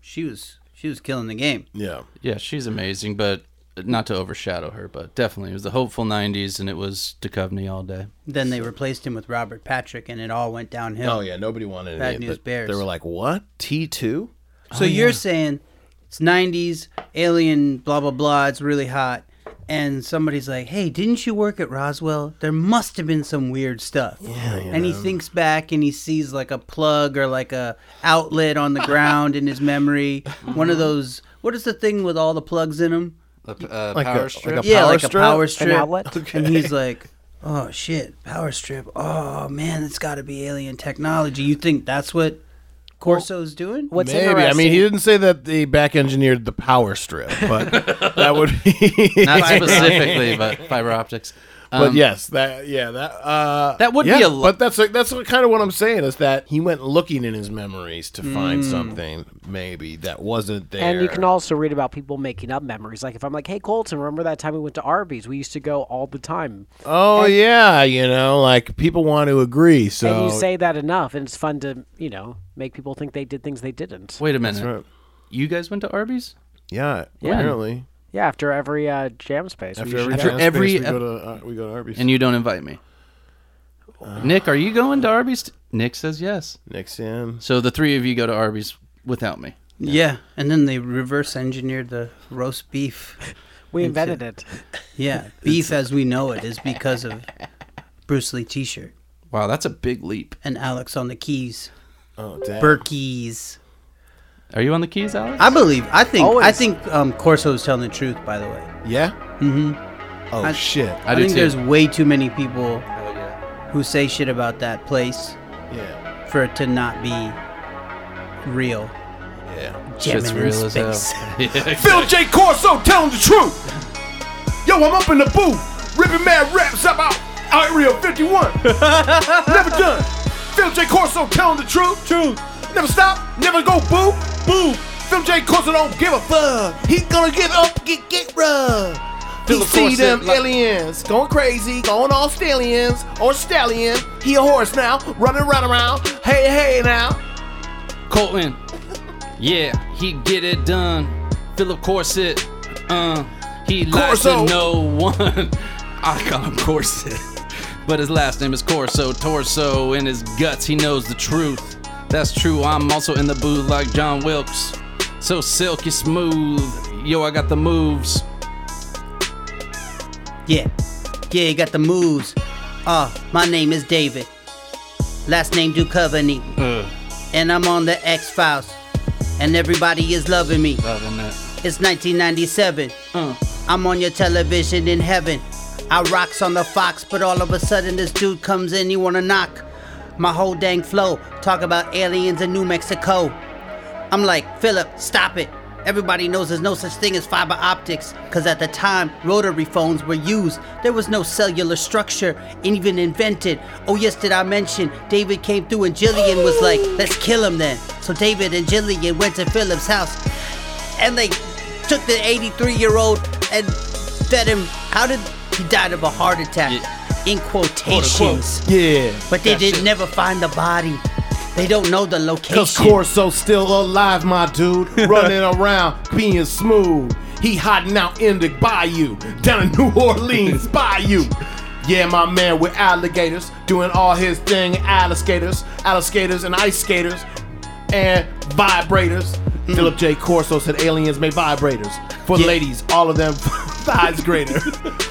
Speaker 5: she was she was killing the game.
Speaker 2: Yeah.
Speaker 3: Yeah, she's amazing, but not to overshadow her, but definitely it was the hopeful '90s, and it was Duchovny all day.
Speaker 5: Then they replaced him with Robert Patrick, and it all went downhill.
Speaker 2: Oh yeah, nobody wanted any
Speaker 5: Bad
Speaker 2: of it,
Speaker 5: News
Speaker 2: but
Speaker 5: Bears.
Speaker 2: They were like, "What T two?
Speaker 5: So you're saying it's 90s, alien, blah, blah, blah, it's really hot. And somebody's like, hey, didn't you work at Roswell? There must have been some weird stuff. Yeah, and he thinks back and he sees like a plug or like a outlet on the ground in
Speaker 2: (laughs)
Speaker 5: his memory. One of those, what is the thing with all the plugs in them?
Speaker 3: A p- uh,
Speaker 2: Like
Speaker 3: power
Speaker 2: a- (laughs)
Speaker 3: strip.
Speaker 2: like a-
Speaker 5: yeah,
Speaker 2: power
Speaker 5: like
Speaker 2: strip?
Speaker 5: a power
Speaker 2: An
Speaker 5: strip.
Speaker 4: outlet?
Speaker 5: And he's like, oh shit, power strip. Oh man, it's got to be alien technology. You think that's what Corso's doing?
Speaker 4: What's
Speaker 2: Maybe. I
Speaker 4: interesting?
Speaker 2: mean, he didn't say that they back engineered the power strip,
Speaker 3: (laughs)
Speaker 2: but that would be.
Speaker 3: not specifically, but fiber optics.
Speaker 2: (laughs) but
Speaker 3: Um,
Speaker 2: yes, that yeah that uh,
Speaker 3: That would be
Speaker 2: yeah,
Speaker 3: a lo-
Speaker 2: But that's that's kind of what I'm saying is that he went looking in his memories to find
Speaker 3: Hmm.
Speaker 2: something maybe that wasn't there.
Speaker 4: And you can also read about people making up memories. Like if I'm like, "Hey Colton, remember that time we went to Arby's? We used to go all the time."
Speaker 2: oh yeah, you know, like people want to agree. So
Speaker 4: and you say that enough, and it's fun to you know make people think they did things they didn't.
Speaker 3: Wait a minute.
Speaker 2: right.
Speaker 3: You guys went to Arby's?
Speaker 2: yeah,
Speaker 4: Yeah.
Speaker 2: apparently
Speaker 4: Yeah, after every uh, jam space, we
Speaker 2: after
Speaker 4: usually
Speaker 2: every
Speaker 3: After
Speaker 4: go-
Speaker 2: dance
Speaker 3: every
Speaker 2: space, we
Speaker 3: ep-
Speaker 2: go to uh, we go to Arby's.
Speaker 3: And you don't invite me. Nick, are you going to Arby's? t- Nick says yes.
Speaker 2: Next in,
Speaker 3: So the three of you go to Arby's without me.
Speaker 5: Yeah. and then they reverse engineered the roast beef.
Speaker 4: we invented it.
Speaker 3: (laughs)
Speaker 5: Yeah, beef as we know it is because of Bruce Lee T-shirt
Speaker 3: Wow, that's a big leap.
Speaker 5: and Alex on the keys,
Speaker 2: oh damn,
Speaker 5: Berkeys.
Speaker 3: Are you on the keys, Alex?
Speaker 5: I believe. I think. I
Speaker 4: Always.
Speaker 5: think um, Corso is telling the truth. By the way,
Speaker 2: yeah, mm-hmm. oh
Speaker 5: I-
Speaker 2: shit,
Speaker 3: I do
Speaker 5: think
Speaker 3: too.
Speaker 5: there's way too many people
Speaker 3: Oh,
Speaker 5: who say shit about that place
Speaker 2: yeah,
Speaker 5: for it to not be real.
Speaker 2: yeah.
Speaker 5: Jamming
Speaker 3: Shit's
Speaker 5: in
Speaker 3: real as hell.
Speaker 5: space. (laughs)
Speaker 2: Phil J. Corso telling the truth. Yo, I'm up in the booth, ripping mad raps about Area (laughs) 51. never done. Phil J. Corso telling the truth. Truth. Never stop, never go boo, boo. Phil J. Corso don't give a fuck. He gonna get up, get get rough. He see them aliens going crazy, going all stallions or stallion. He a horse now, running right around. Hey, hey now.
Speaker 3: Colton. Yeah, he get it done. Philip Corset. Uh, he likes
Speaker 2: Corso.
Speaker 3: to know one. (laughs) I call him Corset. But his last name is Corso. Torso in his guts, he knows the truth. That's true, I'm also in the booth like John Wilkes. So silky smooth. Yo, I got the moves.
Speaker 5: Yeah. Yeah, you got the moves. Ah, my name is David. Last name Duchovny. And I'm on the X Files. And everybody is loving me.
Speaker 3: Loving that.
Speaker 5: It's 1997.
Speaker 3: Uh.
Speaker 5: I'm on your television in heaven. I rocks on the Fox, but all of a sudden this dude comes in, you wanna knock. My whole dang flow, talk about aliens in New Mexico. I'm like, Philip, stop it. Everybody knows there's no such thing as fiber optics, because at the time, rotary phones were used. There was no cellular structure even invented. Oh, yes, did I mention David came through and Jillian was like, let's kill him then. So David and Jillian went to Philip's house and they took the 83 year old and veteran. How did he died of a heart attack? In quotations.
Speaker 2: Yeah.
Speaker 5: But they
Speaker 2: That
Speaker 5: did
Speaker 2: shit.
Speaker 5: never find the body. They don't know the location.
Speaker 2: Cause Corso still alive, my dude.
Speaker 3: (laughs)
Speaker 2: Running around, being smooth. He hiding out in the bayou, down in New
Speaker 3: (laughs)
Speaker 2: Orleans, bayou. Yeah, my man with alligators, doing all his thing. Alligators, alligators, and ice skaters, and vibrators.
Speaker 3: Mm.
Speaker 2: Philip J. Corso said aliens made vibrators for
Speaker 5: Yeah.
Speaker 2: ladies. All of them (laughs) thighs
Speaker 3: (laughs)
Speaker 2: greater.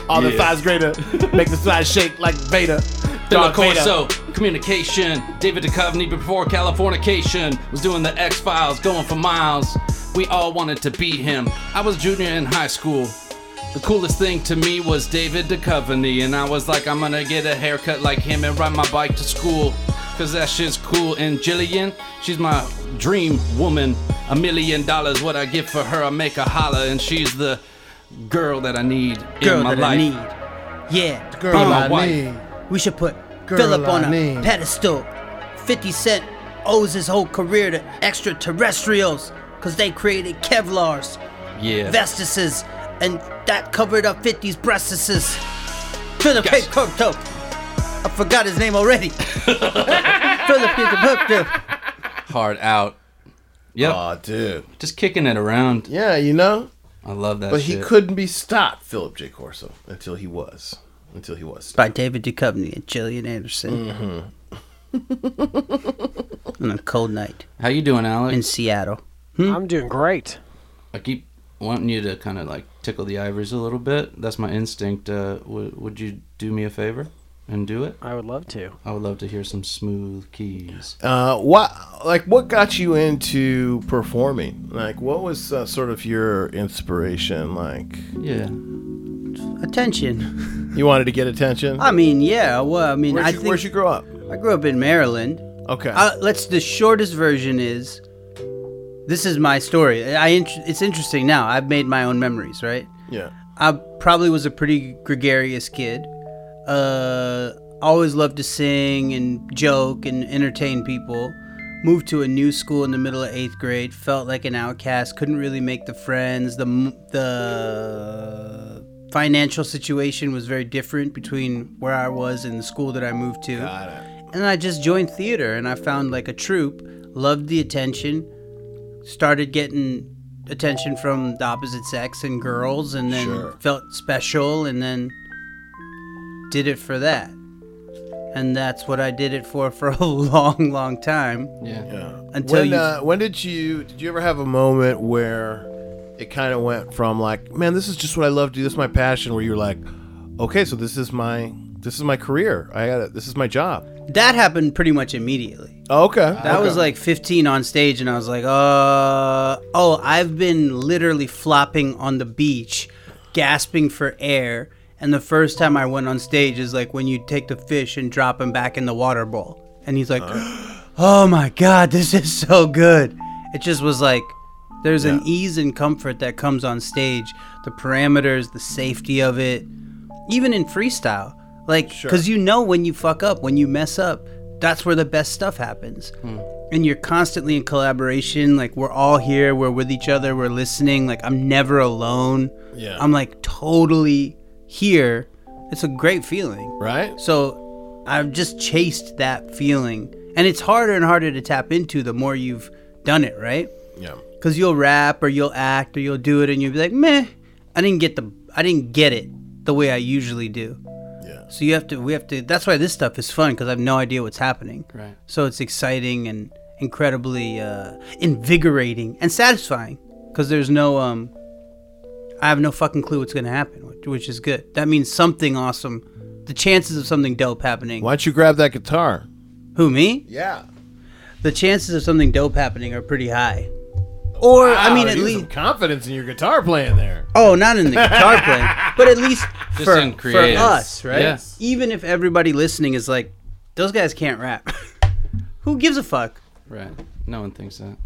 Speaker 2: All the
Speaker 3: Yeah.
Speaker 2: thighs greater. Make the thighs shake like Vader.
Speaker 3: Philip
Speaker 2: Darth Vader.
Speaker 3: Corso, communication. David Duchovny before Californication was doing the X Files, going for miles. We all wanted to be him. I was junior in high school. The coolest thing to me was David Duchovny, and I was like, I'm gonna get a haircut like him and ride my bike to school. Cause that shit's cool. And Jillian, she's my dream woman. A million dollars, what I get for her, I make a holla, and she's the girl that I need
Speaker 5: girl
Speaker 3: in my
Speaker 5: that
Speaker 3: life.
Speaker 5: I need. Yeah.
Speaker 2: Girl,
Speaker 3: Be my
Speaker 2: I
Speaker 3: wife.
Speaker 2: need.
Speaker 5: We should put
Speaker 2: Girl
Speaker 5: Philip on
Speaker 2: I
Speaker 5: a
Speaker 2: need.
Speaker 5: pedestal. 50 Cent owes his whole career to extraterrestrials because they created Kevlars,
Speaker 3: Yeah.
Speaker 5: vestuses, and that covered up 50's breastuses. Philip
Speaker 3: Yes.
Speaker 5: K. Crypto. I forgot his name
Speaker 2: (laughs)
Speaker 5: already. Philip K. Crypto.
Speaker 3: hard out. Yep.
Speaker 2: Aw, dude.
Speaker 3: just kicking it around.
Speaker 2: Yeah, you know.
Speaker 3: I love that.
Speaker 2: But
Speaker 3: shit.
Speaker 2: he couldn't be stopped, Philip J. Corso, until he was. Until he was.
Speaker 5: By David Duchovny and Gillian Anderson.
Speaker 2: Mm-hmm.
Speaker 5: (laughs) on a cold night
Speaker 3: How you doing,
Speaker 5: in
Speaker 3: Alex?
Speaker 5: Seattle.
Speaker 2: Hmm?
Speaker 4: I'm doing great.
Speaker 3: I keep wanting you to kind of like tickle the ivories a little bit. That's my instinct. Uh, w- would you do me a favor and do it?
Speaker 4: I would love to.
Speaker 3: I would love to hear some smooth keys.
Speaker 2: Uh, what like what got you into performing? Like, what was uh, sort of your inspiration? Like,
Speaker 3: Yeah.
Speaker 5: Attention.
Speaker 2: you wanted to get attention.
Speaker 5: I mean, yeah. Well, I mean,
Speaker 2: Where'd
Speaker 5: I
Speaker 2: you,
Speaker 5: think
Speaker 2: where'd you grow up?
Speaker 5: I grew up in Maryland.
Speaker 2: Okay.
Speaker 5: Uh, let's. The shortest version is, this is my story. I. int- It's interesting now. I've made my own memories, right?
Speaker 2: yeah.
Speaker 5: I probably was a pretty gregarious kid. Uh, always loved to sing and joke and entertain people. Moved to a new school in the middle of eighth grade. Felt like an outcast. Couldn't really make the friends. The m- the financial situation was very different between where I was and the school that I moved to. And I just joined theater and I found like a troupe. Loved the attention. Started getting attention from the opposite sex and girls, and then
Speaker 2: Sure.
Speaker 5: felt special, and then did it for that. And that's what I did it for for a (laughs) long, long time.
Speaker 3: Yeah.
Speaker 2: Yeah.
Speaker 5: Until
Speaker 2: when,
Speaker 5: you-
Speaker 2: uh, when did you did you ever have a moment where it kind of went from like, man, this is just what I love to do. This is my passion. Where you're like, okay, so this is my this is my career. I got this is my job.
Speaker 5: That happened pretty much immediately.
Speaker 2: Oh, okay.
Speaker 5: That was like 15 on stage, and I was like, uh, oh, I've been literally flopping on the beach, gasping for air. And the first time I went on stage is like when you take the fish and drop him back in the water bowl. And he's like, (gasps) oh my God, this is so good. It just was like, there's an ease and comfort that comes on stage, the parameters, the safety of it even in freestyle like because you know when you fuck up when you mess up that's where the best stuff happens and you're constantly in collaboration like we're all here we're with each other we're listening like i'm never alone
Speaker 2: Yeah.
Speaker 5: i'm like totally here it's a great feeling
Speaker 2: right.
Speaker 5: so I've just chased that feeling. And it's harder and harder to tap into the more you've done it, right?
Speaker 2: Yeah.
Speaker 5: Cuz you'll rap or you'll act or you'll do it and you'll be like, "Meh, I didn't get the I didn't get it the way I usually do."
Speaker 2: Yeah.
Speaker 5: So you have to we have to that's why this stuff is fun cuz I have no idea what's happening.
Speaker 3: Right.
Speaker 5: So it's exciting and incredibly uh, invigorating and satisfying cuz there's no um I have no fucking clue what's going to happen, which, which is good. That means something awesome. The chances of something dope happening.
Speaker 2: Why don't you grab that guitar?
Speaker 5: Who me?
Speaker 2: Yeah.
Speaker 5: The chances of something dope happening are pretty high. Or I
Speaker 2: Wow,
Speaker 5: mean, at
Speaker 2: Oh, you need
Speaker 5: least
Speaker 2: some confidence in your guitar playing there.
Speaker 5: oh, not in the guitar playing, but at least for,
Speaker 3: in
Speaker 5: for
Speaker 3: creative.
Speaker 5: us, right?
Speaker 3: Yeah.
Speaker 5: Even if everybody listening is like, those guys can't rap. (laughs) Who gives a fuck?
Speaker 3: Right. No one thinks that.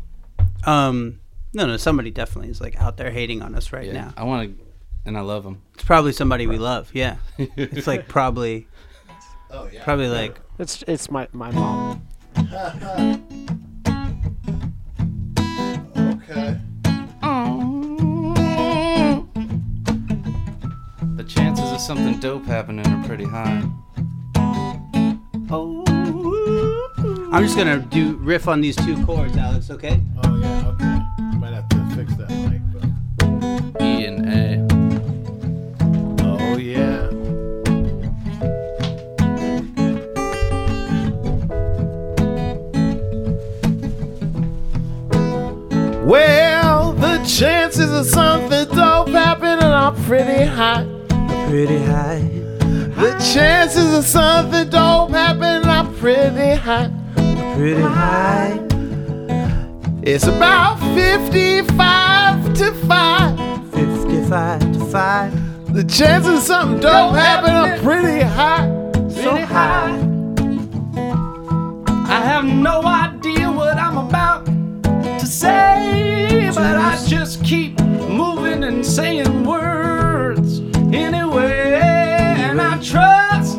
Speaker 5: Um, no, no, somebody definitely is like out there hating on us right
Speaker 3: Yeah.
Speaker 5: now.
Speaker 3: I want to, and I love them.
Speaker 5: It's probably somebody we love.
Speaker 3: (laughs)
Speaker 5: Yeah, it's like probably, probably like
Speaker 4: It's it's my my mom.
Speaker 2: Okay.
Speaker 3: has something dope happening or pretty high.
Speaker 5: Oh. I'm just gonna do riff on these two chords, Alex. Okay.
Speaker 2: Oh yeah, okay. Might have to fix that mic. But...
Speaker 3: E and A.
Speaker 2: Oh yeah. Well, the chances of something dope happening are pretty high.
Speaker 5: Pretty high.
Speaker 2: The chances of something dope happening are pretty high.
Speaker 5: Pretty high.
Speaker 2: It's about 55 to 5.
Speaker 5: 55 to 5.
Speaker 2: The chances of something dope happening are pretty high.
Speaker 5: So high.
Speaker 3: I have no idea what I'm about to say, but I just keep moving and saying words anyway. And I trust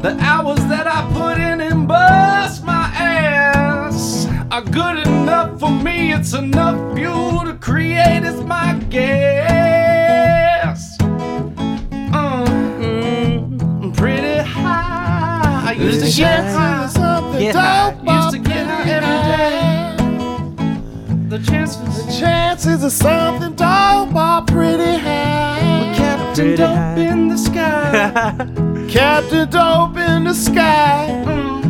Speaker 3: the hours that I put in and bust my ass are good enough for me. It's enough fuel to create, is my guess. Uh, mm, pretty high. I used to get high.
Speaker 2: Chances of something
Speaker 5: Get high.
Speaker 2: dope
Speaker 3: Used
Speaker 2: are
Speaker 3: to get high
Speaker 2: pretty
Speaker 3: every
Speaker 2: high.
Speaker 3: The chances
Speaker 2: Chances of something dope are pretty high.
Speaker 3: Captain
Speaker 5: Pretty
Speaker 3: Dope
Speaker 5: high.
Speaker 3: in the sky.
Speaker 2: (laughs) Captain Dope in the sky.
Speaker 3: Mm.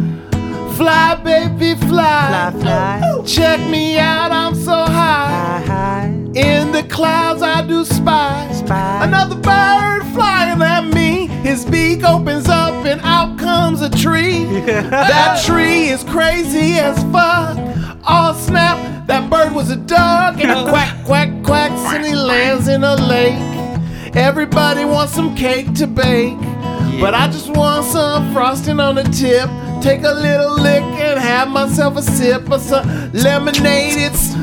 Speaker 2: Fly, baby, fly.
Speaker 5: fly.
Speaker 2: Check me out, I'm so high.
Speaker 5: high.
Speaker 2: In the clouds, I do spy.
Speaker 5: Spy.
Speaker 2: Another bird flying at me. His beak opens up, and out comes a tree. That tree is crazy as fuck. Oh snap, that bird was a duck. And (laughs) he quack, quack, quacks, and he lands in a lake. Everybody wants some cake to bake. But I just want some frosting on the tip. Take a little lick and have myself a sip of some lemonade. It's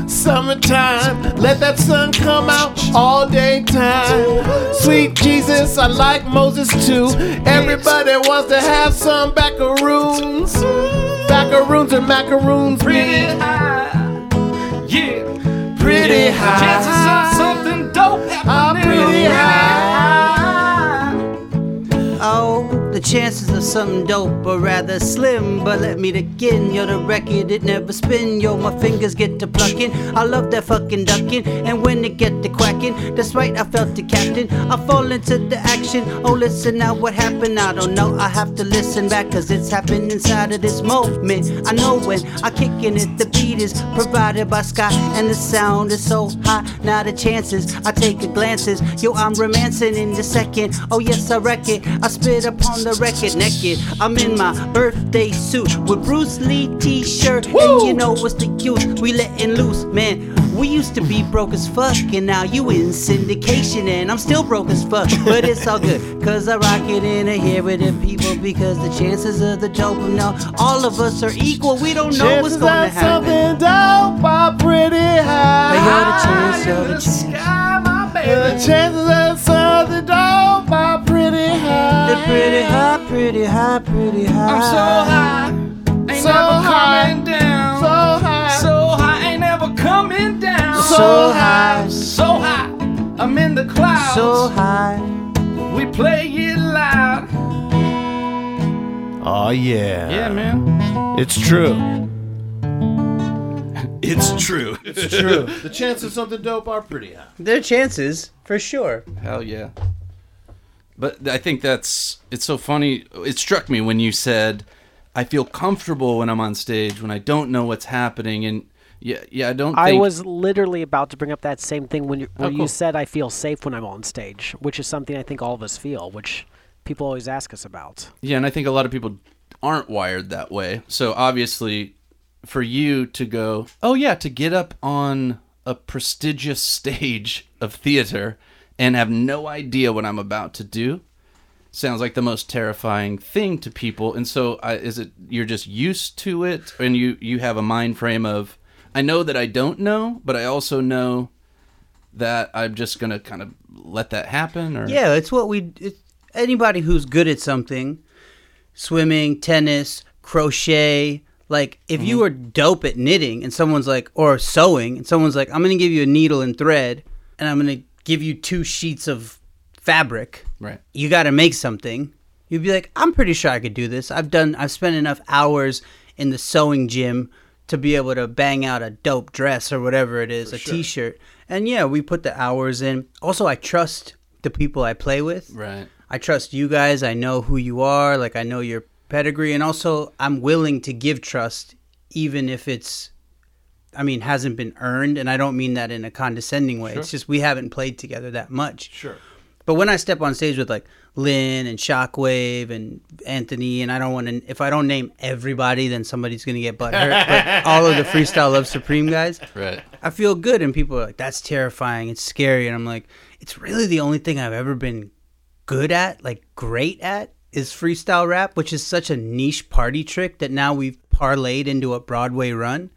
Speaker 2: summertime. Let that sun come out all day time. Sweet Jesus, I like Moses too. Everybody wants to have some macaroons. Macaroons and macaroons.
Speaker 3: Pretty
Speaker 2: Pretty,
Speaker 3: high. Yeah.
Speaker 2: pretty
Speaker 3: Chances
Speaker 2: high.
Speaker 3: of something dope
Speaker 2: I'm
Speaker 3: happening.
Speaker 2: pretty high.
Speaker 5: Oh, the chances of something dope are rather slim. But let me again, you're the record, it never spin. Yo, my fingers get to plucking. I love that fucking ducking. And when it get to quacking, that's right, I felt the captain. I fall into the action. Oh, listen now, what happened? I don't know. I have to listen back, cause it's happened inside of this moment. I know when I kicking it, the beat is provided by Scott. And the sound is so high, now the chances I take a glances. Yo, I'm romancing in the second. Oh, yes, I wreck it. I spit upon the record naked. I'm in my birthday suit with Bruce Lee t shirt. And you know what's the use? We letting loose, man. We used to be broke as fuck, and now you in syndication, and I'm still broke as fuck. But it's all good, cause I rock it and I hear it in people. Because the chances of the dope, no, all of us are equal. We don't know
Speaker 2: Chances
Speaker 5: what's gonna
Speaker 2: of
Speaker 5: happen.
Speaker 2: something dope are pretty high.
Speaker 5: I got a chance, got a chance.
Speaker 3: Sky, my
Speaker 2: The
Speaker 3: baby.
Speaker 2: chances of something dope are pretty high.
Speaker 5: They're pretty high, pretty high, pretty high.
Speaker 3: I'm so high. Ain't
Speaker 2: So
Speaker 3: never
Speaker 2: high.
Speaker 3: coming down.
Speaker 2: So high.
Speaker 3: So high. Ain't never coming down.
Speaker 5: So high.
Speaker 3: So high. I'm in the clouds.
Speaker 5: so high.
Speaker 3: we play it loud.
Speaker 2: oh yeah.
Speaker 3: Yeah, man.
Speaker 2: It's true.
Speaker 1: It's true.
Speaker 2: It's true. the chances of something dope are pretty high.
Speaker 5: Their chances, for sure.
Speaker 3: Hell yeah. But I think that's it's so funny. It struck me when you said, "I feel comfortable when I'm on stage when I don't know what's happening." And yeah, yeah, I don't.
Speaker 4: I
Speaker 3: think, Oh,
Speaker 4: was literally about to bring up that same thing when you, when
Speaker 3: cool.
Speaker 4: you said I feel safe when I'm on stage, which is something I think all of us feel, which people always ask us about.
Speaker 3: Yeah, and I think a lot of people aren't wired that way. So obviously, for you to go, oh yeah, to get up on a prestigious stage of theater and have no idea what I'm about to do sounds like the most terrifying thing to people. And so, I, is it you're just used to it, and you you have a mind frame of I know that I don't know, but I also know that I'm just gonna kind of let that happen. Or
Speaker 5: Yeah, it's what we. It's, anybody who's good at something, swimming, tennis, crochet. Like if
Speaker 3: Mm-hmm.
Speaker 5: you were dope at knitting and someone's like, or sewing, and someone's like, I'm gonna give you a needle and thread, and I'm gonna give you two sheets of fabric.
Speaker 3: Right.
Speaker 5: You got to make something. You'd be like, I'm pretty sure I could do this. I've done. I've spent enough hours in the sewing gym to be able to bang out a dope dress or whatever it is, a shirt And yeah, we put the hours in. Also, I trust the people I play with.
Speaker 3: Right.
Speaker 5: I trust you guys. I know who you are. Like I know your pedigree, and also I'm willing to give trust, even if it's, I mean, hasn't been earned. And I don't mean that in a condescending way. It's just we haven't played together that much. Sure. But when I step on stage with like Lynn and Shockwave and Anthony, and I don't want to, if I don't name everybody, then somebody's gonna get butthurt. but all of the freestyle love supreme guys,
Speaker 3: Right.
Speaker 5: I feel good, and people are like, "That's terrifying. It's scary," and I'm like, "It's really the only thing I've ever been good at, like great at, is freestyle rap, which is such a niche party trick that now we've parlayed into a Broadway run."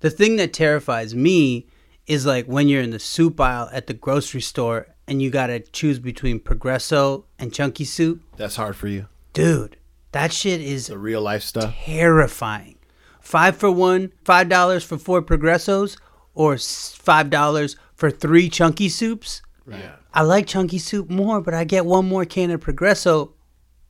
Speaker 5: The thing that terrifies me is like when you're in the soup aisle at the grocery store and you gotta choose between Progresso and Chunky Soup,
Speaker 2: That's hard for you.
Speaker 5: dude. That shit is
Speaker 2: The real life stuff.
Speaker 5: terrifying. Five for one, five dollars for four progressos, or s- five dollars for three chunky soups.
Speaker 2: Yeah.
Speaker 5: I like chunky soup more, but I get one more can of progresso.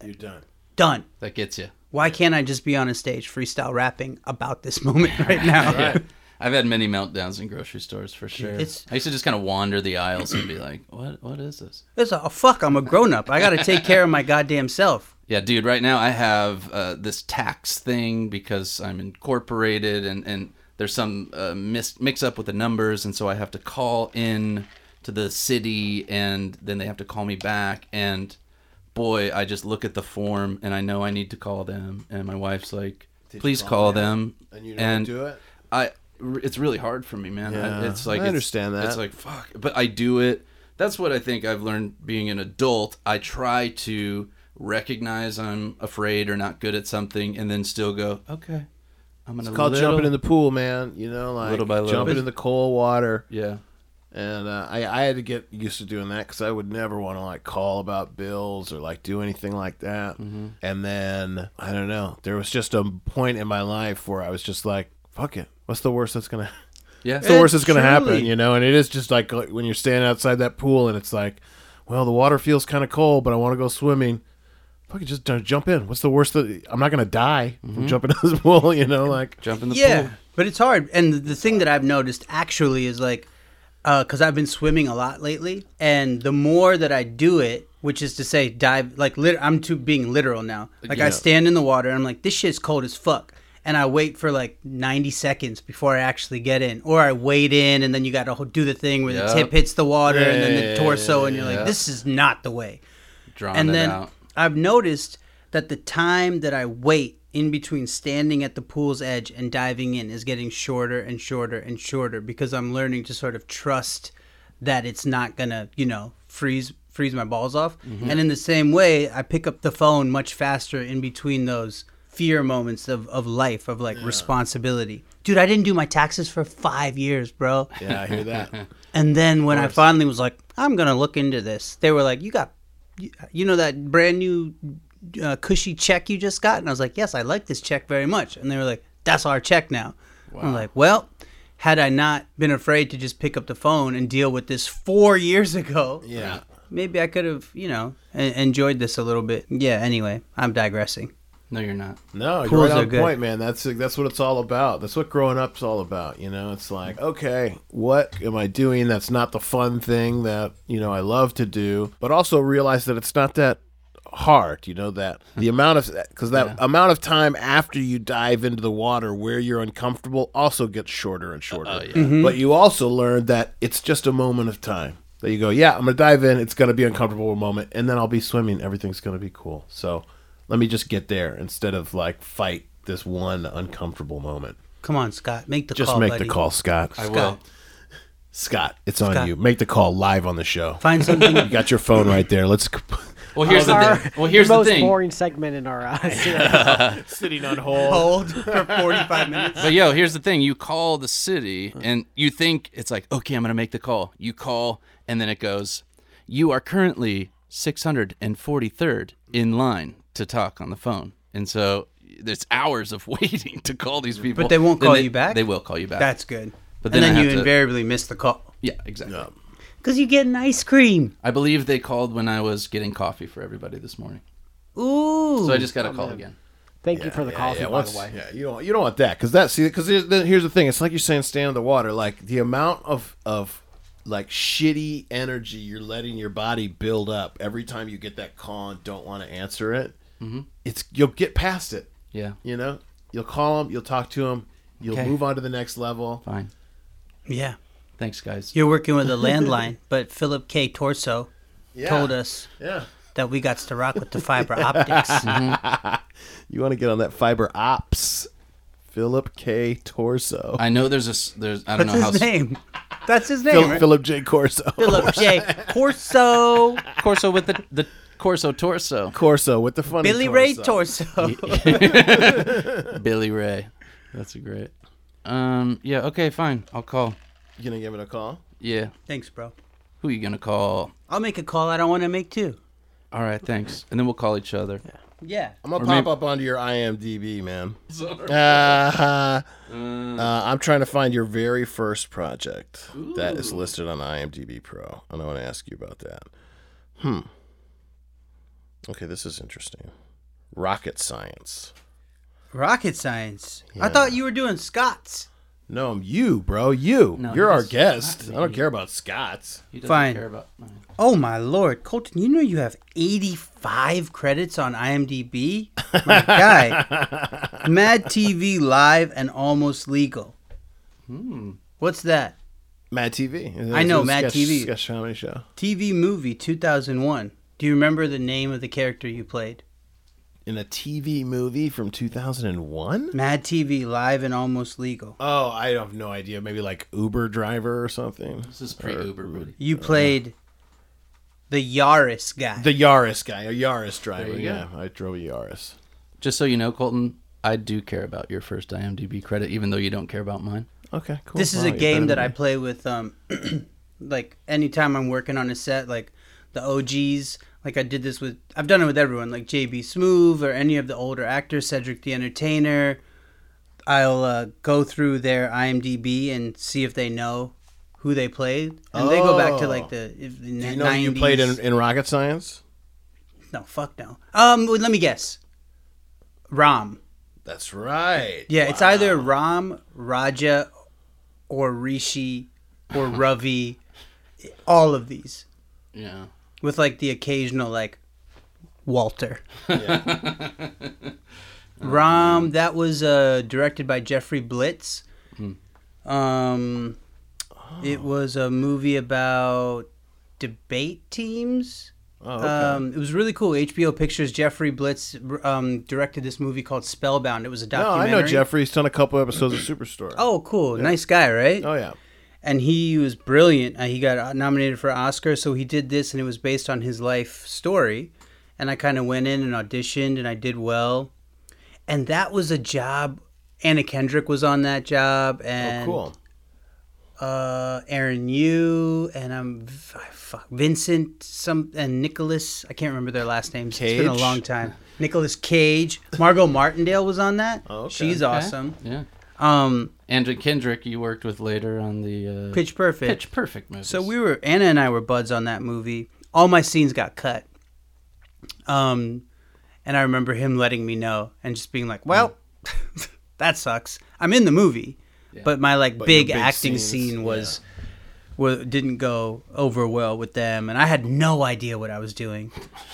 Speaker 2: You're done.
Speaker 5: Done.
Speaker 3: That gets you.
Speaker 5: Why can't I just be on a stage freestyle rapping about this (laughs) moment right now?
Speaker 3: I've had many meltdowns in grocery stores for sure.
Speaker 5: It's-
Speaker 3: I used to just kind of wander the aisles and be (clears throat) like, "What? What is this?"
Speaker 5: It's a oh, fuck. I'm a grown up. I gotta take care of my goddamn self.
Speaker 3: Yeah, dude. Right now, I have uh, this tax thing because I'm incorporated, and and there's some uh, mis- mix up with the numbers, and so I have to call in to the city, and then they have to call me back. And boy, I just look at the form, and I know I need to call them. And my wife's like, "Please call, them."
Speaker 2: And you don't do it?
Speaker 3: I r- it's really hard for me, man. I-
Speaker 2: Yeah,
Speaker 3: it's like
Speaker 2: I
Speaker 3: it's-
Speaker 2: understand that.
Speaker 3: It's like fuck, but I do it. That's what I think I've learned being an adult. I try to recognize I'm afraid or not good at something, and then still go, okay, I'm gonna
Speaker 2: It's called
Speaker 3: little-
Speaker 2: jumping in the pool, man. You know, like
Speaker 3: Little by little.
Speaker 2: jumping in the cold water.
Speaker 3: yeah.
Speaker 2: And uh, I, I had to get used to doing that because I would never want to like call about bills or like do anything like that.
Speaker 3: Mm-hmm.
Speaker 2: And then I don't know. There was just a point in my life where I was just like, "Fuck it. What's the worst that's gonna?
Speaker 3: Yeah.
Speaker 2: What's the worst that's gonna happen?"
Speaker 5: truly.
Speaker 2: You know. And it is just like like, when you're standing outside that pool and it's like, "Well, the water feels kind of cold, but I want to go swimming." Fuck it, just d- jump in. What's the worst? That, I'm not gonna die from jumping in this (laughs) pool. You know, like
Speaker 3: Mm-hmm. Jump in the
Speaker 5: Yeah,
Speaker 3: pool.
Speaker 5: but it's hard. And the thing that I've noticed actually is like, because I've been swimming a lot lately, and the more that I do it, which is to say, dive like lit- I'm too being literal now. Like I stand in the water, and I'm like, this shit's cold as fuck, and I wait for like 90 seconds before I actually get in, or I wade in, and then you got to do the thing where the
Speaker 3: Yup.
Speaker 5: tip hits the water, and
Speaker 2: Yeah,
Speaker 5: then
Speaker 2: yeah,
Speaker 5: the
Speaker 2: yeah,
Speaker 5: torso, and you're
Speaker 3: yeah.
Speaker 5: like, this is not the way
Speaker 3: Drawing
Speaker 5: and
Speaker 3: it
Speaker 5: then
Speaker 3: out.
Speaker 5: I've noticed that the time that I wait in between standing at the pool's edge and diving in is getting shorter and shorter and shorter because I'm learning to sort of trust that it's not gonna, you know, freeze freeze my balls off.
Speaker 3: Mm-hmm.
Speaker 5: And in the same way, I pick up the phone much faster in between those fear moments of, of life of like responsibility. Dude, I didn't do my taxes for five years, bro.
Speaker 2: (laughs) yeah, I hear
Speaker 3: (laughs)
Speaker 2: that.
Speaker 5: And then when I finally was like, I'm gonna look into this, they were like, "You got, you- you know, that brand new uh, cushy check you just got," and I was like, "Yes, I like this check very much." And they were like, "That's our check now." I'm like, "Well, had I not been afraid to just pick up the phone and deal with this four (laughs) years ago,
Speaker 2: yeah.
Speaker 5: maybe I could have, you know, en- enjoyed this a little bit." Yeah. Anyway, I'm digressing.
Speaker 3: No, you're not.
Speaker 2: No, you're
Speaker 5: Pools
Speaker 2: right
Speaker 5: are
Speaker 2: on
Speaker 5: good.
Speaker 2: point, man. That's that's what it's all about. That's what growing up's all about. You know, it's like, okay, what am I doing? That's not the fun thing that you know I love to do, but also realize that it's not that hard. You know that
Speaker 5: Hmm.
Speaker 2: the amount of because that amount of time after you dive into the water where you're uncomfortable also gets shorter and shorter.
Speaker 5: Mm-hmm.
Speaker 2: But you also learn that it's just a moment of time. That you go, yeah, I'm gonna dive in. It's gonna be uncomfortable a moment, and then I'll be swimming. Everything's gonna be cool. So let me just get there instead of like fight this one uncomfortable moment.
Speaker 5: Come on, Scott, make the
Speaker 2: Just
Speaker 5: call.
Speaker 2: make
Speaker 5: buddy.
Speaker 2: the call, Scott.
Speaker 3: I will.
Speaker 5: Scott.
Speaker 2: Scott, it's on
Speaker 5: Scott.
Speaker 2: you. Make the call live on the show.
Speaker 5: Find
Speaker 2: You (laughs)
Speaker 5: something.
Speaker 2: got your phone right there. Let's (laughs)
Speaker 3: Well, here's the
Speaker 4: Our-
Speaker 3: thing. Well, here's the,
Speaker 4: most
Speaker 3: thing.
Speaker 4: boring segment in our eyes.
Speaker 3: (laughs)
Speaker 2: sitting on hold.
Speaker 5: Hold for 45 minutes.
Speaker 3: But yo, here's the thing: you call the city, and you think it's like, okay, I'm gonna make the call. You call, and then it goes, you are currently 643rd in line to talk on the phone, and so there's hours of (laughs) waiting to call these people.
Speaker 5: But they won't
Speaker 3: Then
Speaker 5: call you back?
Speaker 3: They will call you back.
Speaker 5: That's good.
Speaker 3: But
Speaker 5: and
Speaker 3: then I
Speaker 5: then
Speaker 3: have
Speaker 5: you
Speaker 3: to-
Speaker 5: invariably miss the call.
Speaker 3: yeah, exactly.
Speaker 5: Because you're getting ice cream.
Speaker 3: I believe they called when I was getting coffee for everybody this morning.
Speaker 5: Ooh. Oh,
Speaker 3: So I just got a call again.
Speaker 4: Thank you for the coffee, by
Speaker 2: once-
Speaker 4: the way.
Speaker 2: Yeah, you don't you don't want that because that see because here's, the- here's the thing. It's like you're saying, stay in the water. Like the amount of of like shitty energy you're letting your body build up every time you get that call and don't want to answer it.
Speaker 5: Mm-hmm.
Speaker 2: It's you'll get past it.
Speaker 3: Yeah.
Speaker 2: You know, you'll call them, you'll talk to them, you'll move on to the next level.
Speaker 3: Fine.
Speaker 5: yeah.
Speaker 3: Thanks, guys.
Speaker 5: You're working with a landline, (laughs) but Philip K. Torso
Speaker 2: Yeah.
Speaker 5: told us
Speaker 2: Yeah.
Speaker 5: that we got to rock with
Speaker 3: (laughs)
Speaker 5: the fiber optics.
Speaker 3: Mm-hmm.
Speaker 2: You want to get on that fiber ops, Philip K. Torso,
Speaker 3: I know there's a s- there's I don't
Speaker 5: That's
Speaker 3: know how
Speaker 5: his
Speaker 3: s-
Speaker 5: name. That's his name.
Speaker 2: Phil-
Speaker 5: right?
Speaker 2: Philip J. Corso,
Speaker 3: (laughs)
Speaker 5: Philip J. Torso.
Speaker 3: Corso with the the Corso torso.
Speaker 2: Corso with the funny
Speaker 5: Billy
Speaker 3: (laughs)
Speaker 5: Ray Torso.
Speaker 3: Billy Ray. That's a great. Um. Yeah. Okay. Fine. I'll call.
Speaker 2: You gonna give it a call?
Speaker 3: Yeah.
Speaker 5: Thanks, bro.
Speaker 3: Who are you gonna call?
Speaker 5: I'll make a call I don't want to make too.
Speaker 3: All right. Thanks. And then we'll call each other.
Speaker 5: Yeah.
Speaker 2: I'm gonna
Speaker 3: Or
Speaker 2: pop
Speaker 3: maybe-
Speaker 2: up onto your IMDb, man.
Speaker 3: (laughs)
Speaker 2: Uh, uh, I'm trying to find your very first project that is listed on IMDb Pro, and I want to ask you about that. Hmm. Okay, this is interesting. Rocket science.
Speaker 5: Rocket science. I thought you were doing Scots.
Speaker 2: No, I'm you, bro. You.
Speaker 3: No,
Speaker 2: You're our
Speaker 3: he's-
Speaker 2: guest. I don't care about Scott's.
Speaker 3: He doesn't
Speaker 5: Fine.
Speaker 3: care about mine.
Speaker 5: Oh my lord, Colton, you know you have 85 credits on IMDb? My guy. Mad TV Live and Almost Legal. Hmm. What's that?
Speaker 2: Mad TV.
Speaker 5: I know,
Speaker 2: It's a
Speaker 5: Mad
Speaker 2: sketch-
Speaker 5: TV.
Speaker 2: Sketch comedy show.
Speaker 5: TV Movie 2001. Do you remember the name of the character you played?
Speaker 2: In a TV movie from 2001?
Speaker 5: Mad TV Live and Almost Legal.
Speaker 2: Oh, I have no idea. Maybe like Uber driver or something.
Speaker 3: This is pre Er, Uber, buddy.
Speaker 5: You played the Yaris guy.
Speaker 2: The Yaris guy, a Yaris driver.
Speaker 3: you go.
Speaker 2: yeah, I drove a Yaris.
Speaker 3: Just so you know, Colton, I do care about your first IMDb credit, even though you don't care about mine.
Speaker 2: Okay, cool.
Speaker 5: this is
Speaker 2: Wow,
Speaker 5: a
Speaker 2: you're
Speaker 5: game
Speaker 2: better
Speaker 5: that
Speaker 2: than
Speaker 5: I
Speaker 2: me.
Speaker 5: play with um (clears throat) like anytime I'm working on a set like the OGs like I did this with I've done it with everyone like JB Smoove or any of the older actors Cedric the Entertainer I'll uh, go through their IMDb and see if they know who they played and they go back to like the, if, the
Speaker 2: You know, you played in, in rocket science.
Speaker 5: No, fuck no. Um let me guess. Rom.
Speaker 2: That's right.
Speaker 5: Yeah, it's either Ram, Raja, or Rishi,
Speaker 2: (laughs)
Speaker 5: or Ravi. All of these.
Speaker 3: Yeah.
Speaker 5: With like the occasional like Walter. (laughs) Ram, that was uh, directed by Jeffrey Blitz.
Speaker 2: Hmm.
Speaker 5: Um,
Speaker 2: Oh.
Speaker 5: It was a movie about debate teams.
Speaker 2: Oh, okay.
Speaker 5: Um, it was really cool. HBO Pictures. Jeffrey Blitz um, directed this movie called Spellbound. It was a
Speaker 2: no, I
Speaker 5: documentary.
Speaker 2: know Jeffrey. He's done a couple episodes of Superstore.
Speaker 5: Oh, cool. Nice guy, right?
Speaker 2: oh yeah.
Speaker 5: And he was brilliant. Uh, he got nominated for an Oscar, so he did this, and it was based on his life story. And I kind of went in and auditioned, and I did well. And that was a job. Anna Kendrick was on that job,
Speaker 2: Oh,
Speaker 5: and
Speaker 2: cool.
Speaker 5: uh, Aaron Yu, and I'm fuck, Vincent some and Nicholas. I can't remember their last names. It's been a
Speaker 2: Cage?
Speaker 5: long time. Nicholas Cage, Margot Martindale was on that.
Speaker 2: Oh, okay.
Speaker 5: She's
Speaker 3: Okay.
Speaker 5: awesome.
Speaker 3: Yeah.
Speaker 5: Um,
Speaker 3: Andrew Kendrick, you worked with later on the uh,
Speaker 5: Pitch Perfect.
Speaker 3: Pitch Perfect movie.
Speaker 5: So we were Anna and I were buds on that movie. All my scenes got cut. Um, and I remember him letting me know and just being like, "Well, (laughs) that sucks. I'm in the movie, but my like
Speaker 2: your
Speaker 5: big,
Speaker 2: big
Speaker 5: acting
Speaker 2: scenes,
Speaker 5: scene was." wa- didn't go over well with them, and I had no idea what I was doing.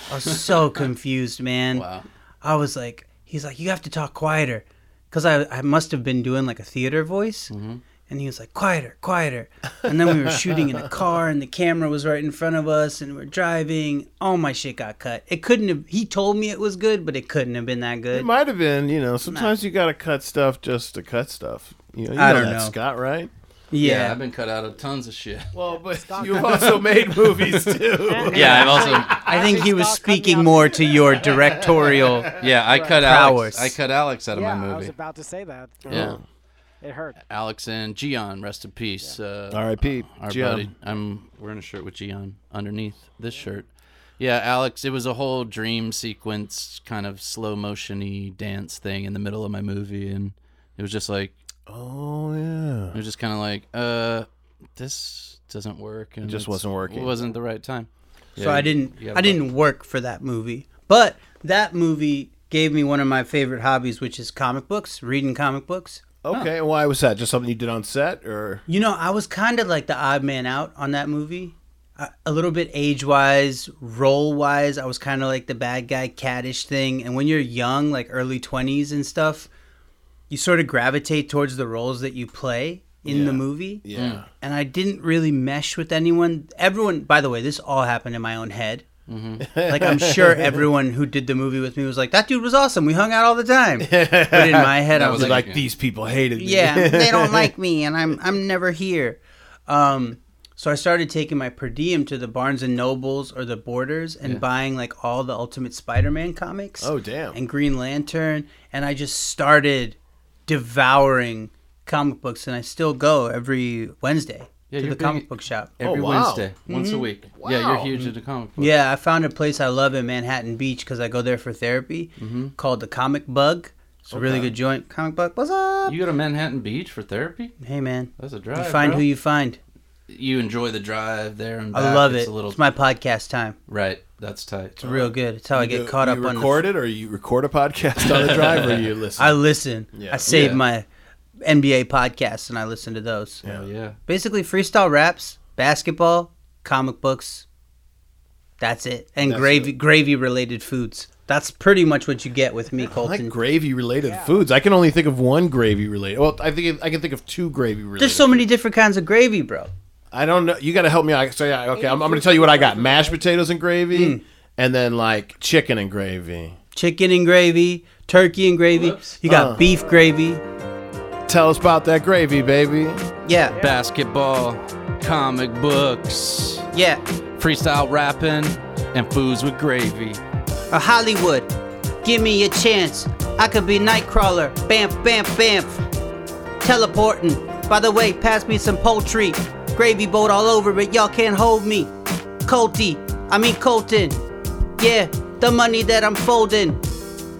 Speaker 5: I was so confused, man.
Speaker 3: Wow.
Speaker 5: I was like, he's like, you have to talk quieter, because I I must have been doing like a theater voice,
Speaker 3: Mm-hmm.
Speaker 5: and he was like, quieter, quieter. And then
Speaker 3: (laughs)
Speaker 5: we were shooting in a car, and the camera was right in front of us, and we're driving. All my shit got cut. It couldn't have. He told me it was good, but it couldn't have been that
Speaker 2: It
Speaker 5: good.
Speaker 2: might have been. You know, sometimes you gotta cut stuff just to cut stuff. You know, you
Speaker 5: I
Speaker 2: know
Speaker 5: don't
Speaker 2: that,
Speaker 5: know.
Speaker 2: Scott, right?
Speaker 3: yeah.
Speaker 5: Yeah.
Speaker 3: I've been cut out of tons of shit.
Speaker 2: Well, but you've also made
Speaker 5: (laughs)
Speaker 2: movies too.
Speaker 3: (laughs) yeah, I've also
Speaker 5: I think he was
Speaker 4: Scott cut me
Speaker 5: speaking
Speaker 4: out.
Speaker 5: more to your directorial.
Speaker 3: (laughs) yeah, I cut Alex.
Speaker 5: Prowess.
Speaker 3: I cut Alex out of
Speaker 4: Yeah,
Speaker 3: my
Speaker 4: I
Speaker 3: movie.
Speaker 4: was about to say that.
Speaker 3: yeah.
Speaker 4: It hurt.
Speaker 3: Alex and Gian, rest in peace. Uh,
Speaker 2: R.I.P.
Speaker 3: our
Speaker 2: Gian.
Speaker 3: buddy. I'm wearing a shirt with Gian underneath this shirt. Yeah, Alex, it was a whole dream sequence kind of slow motiony dance thing in the middle of my movie and it was just like
Speaker 2: Oh yeah.
Speaker 3: it was just kind of like uh this doesn't work. And
Speaker 2: It just
Speaker 3: it's-
Speaker 2: wasn't working.
Speaker 3: It wasn't the right time.
Speaker 5: So I didn't
Speaker 3: you gotta
Speaker 5: I didn't work for that movie. But that movie gave me one of my favorite hobbies, which is comic books, reading comic books.
Speaker 2: Okay, and why was that? Just something you did on set, or
Speaker 5: You know, I was kind of like the odd man out on that movie. A- A little bit age wise, role wise, I was kind of like the bad guy, caddish thing. And when you're young, like early 20s and stuff, you sort of gravitate towards the roles that you play in the movie.
Speaker 2: yeah,
Speaker 5: and I didn't really mesh with anyone. Everyone, by the way, this all happened in my own head.
Speaker 2: Mm-hmm.
Speaker 5: (laughs) like I'm sure everyone who did the movie with me was like, "That dude was awesome. We hung out all
Speaker 2: (laughs)
Speaker 5: the time." But in my head, I was
Speaker 3: was
Speaker 5: like,
Speaker 2: like, these people hated me.
Speaker 3: (laughs)
Speaker 5: "Yeah, they don't like me, and I'm I'm never here." Um, so I started taking my per diem to the Barnes and Nobles or the Borders and buying like all the Ultimate Spider-Man
Speaker 2: (laughs)
Speaker 5: comics
Speaker 2: Oh, damn.
Speaker 5: and Green Lantern, and I just started devouring comic books, and I still go every Wednesday
Speaker 3: Yeah,
Speaker 5: to
Speaker 3: you're
Speaker 5: the comic
Speaker 3: big-
Speaker 5: book shop.
Speaker 3: Every
Speaker 2: Oh, wow. Mm-hmm.
Speaker 3: Wednesday, once a week. Yeah, you're huge into comic books.
Speaker 5: Yeah, I found a place I love in Manhattan Beach because I go there for therapy
Speaker 3: Mm-hmm.
Speaker 5: called the Comic Bug. It's a really good joint. Comic Bug, what's up?
Speaker 3: You go to Manhattan Beach for therapy?
Speaker 5: hey man,
Speaker 3: That's a
Speaker 5: you
Speaker 3: drive.
Speaker 5: find
Speaker 3: bro.
Speaker 5: who you find.
Speaker 3: You enjoy the drive there and
Speaker 5: I
Speaker 3: back.
Speaker 5: love
Speaker 3: It's
Speaker 5: it.
Speaker 3: A little
Speaker 5: It's my podcast time.
Speaker 3: right. That's tight.
Speaker 5: It's real good. It's how I
Speaker 2: Uh, You
Speaker 5: get
Speaker 2: do-
Speaker 5: caught
Speaker 2: you
Speaker 5: up on. the-
Speaker 2: record it, or you record a podcast on the drive, or
Speaker 5: (laughs)
Speaker 2: you listen.
Speaker 5: I listen.
Speaker 2: Yeah.
Speaker 5: I save
Speaker 3: Yeah.
Speaker 5: my NBA podcasts and I listen to those.
Speaker 3: Oh yeah.
Speaker 5: Basically, freestyle raps, basketball, comic books. That's it. And
Speaker 2: That's
Speaker 5: gravy, gravy related foods. That's pretty much what you get with me,
Speaker 2: I like
Speaker 5: Colton.
Speaker 2: gravy related foods. I can only think of one gravy related. Well, I think I can think of two gravy related.
Speaker 5: There's so many different kinds of gravy, bro.
Speaker 2: I don't know. You got to help me. out. So yeah, okay. I'm, I'm going to tell you what I got: mashed potatoes and gravy,
Speaker 5: Hmm.
Speaker 2: and then like chicken and gravy.
Speaker 5: Chicken and gravy, turkey and gravy.
Speaker 3: Whoops.
Speaker 5: You got
Speaker 2: Uh.
Speaker 5: beef gravy.
Speaker 2: Tell us about that gravy, baby.
Speaker 5: Yeah,
Speaker 3: Basketball, comic books,
Speaker 5: yeah.
Speaker 3: freestyle rapping, and foods with gravy.
Speaker 5: Or Hollywood. Give me a chance. I could be Nightcrawler. Bamf, bamf, bamf. Teleporting. By the way, pass me some poultry. Gravy boat all over it. Y'all can't hold me. Colty. I mean Colton. Yeah, the money that I'm folding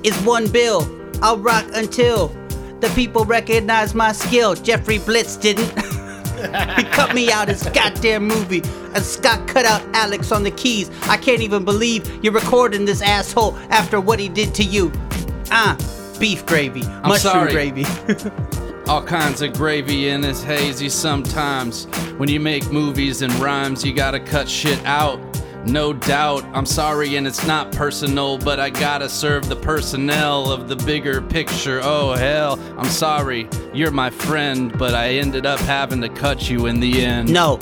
Speaker 5: is one bill. I'll rock until the people recognize my skill. Jeffrey Blitz didn't. (laughs) He cut me out his goddamn movie. And Scott cut out Alex on the keys. I can't even believe you're recording this asshole after what he did to you. Ah, beef gravy, mushroom
Speaker 3: sorry.
Speaker 5: gravy.
Speaker 3: All kinds of gravy in it's hazy sometimes. When you make movies and rhymes, you gotta cut shit out. No doubt, I'm sorry and it's not personal, but I gotta serve the personnel of the bigger picture. Oh hell, I'm sorry, you're my friend, but I ended up having to cut you in the end.
Speaker 5: no,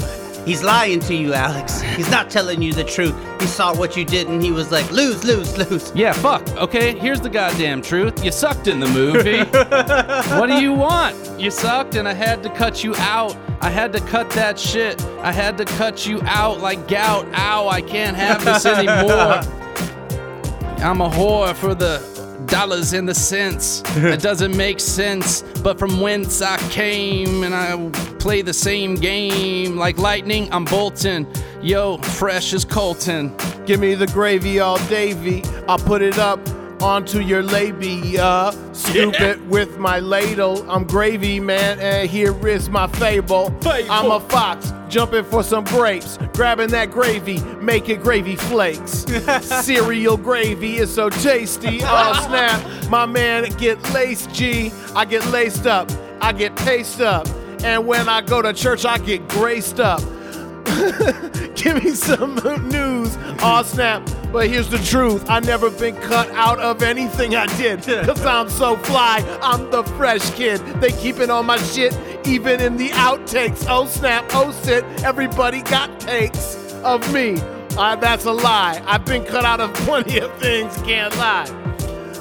Speaker 5: he's lying to you, Alex. He's not telling you the truth. He saw what you did and he was like, lose, lose, lose. (laughs)
Speaker 3: Yeah, fuck. Okay, here's the goddamn truth. You sucked in the movie. what do you want? You sucked, and I had to cut you out. I had to cut that shit. I had to cut you out like gout. Ow, I can't have this anymore. I'm a whore for the dollars and the cents. It doesn't make sense, but from whence I came, and I play the same game. Like lightning, I'm bolting. Yo, fresh as Colton.
Speaker 2: Give me the gravy all davy. I'll put it up onto your labia. Scoop it with my ladle. I'm gravy, man, and here is my fable. I'm a fox jumping for some grapes, grabbing that gravy, making gravy flakes. Cereal gravy is so tasty. Oh, snap. My man get laced, G. I get laced up. I get paced up. And when I go to church, I get graced up. (laughs) Give me some news. Aw, snap. But here's the truth. I never been cut out of anything I did. Cause I'm so fly. I'm the fresh kid. They keeping on my shit, even in the outtakes. Oh, snap. Oh, sit. Everybody got takes of me. Uh, that's a lie. I've been cut out of (laughs) plenty of things. Can't lie.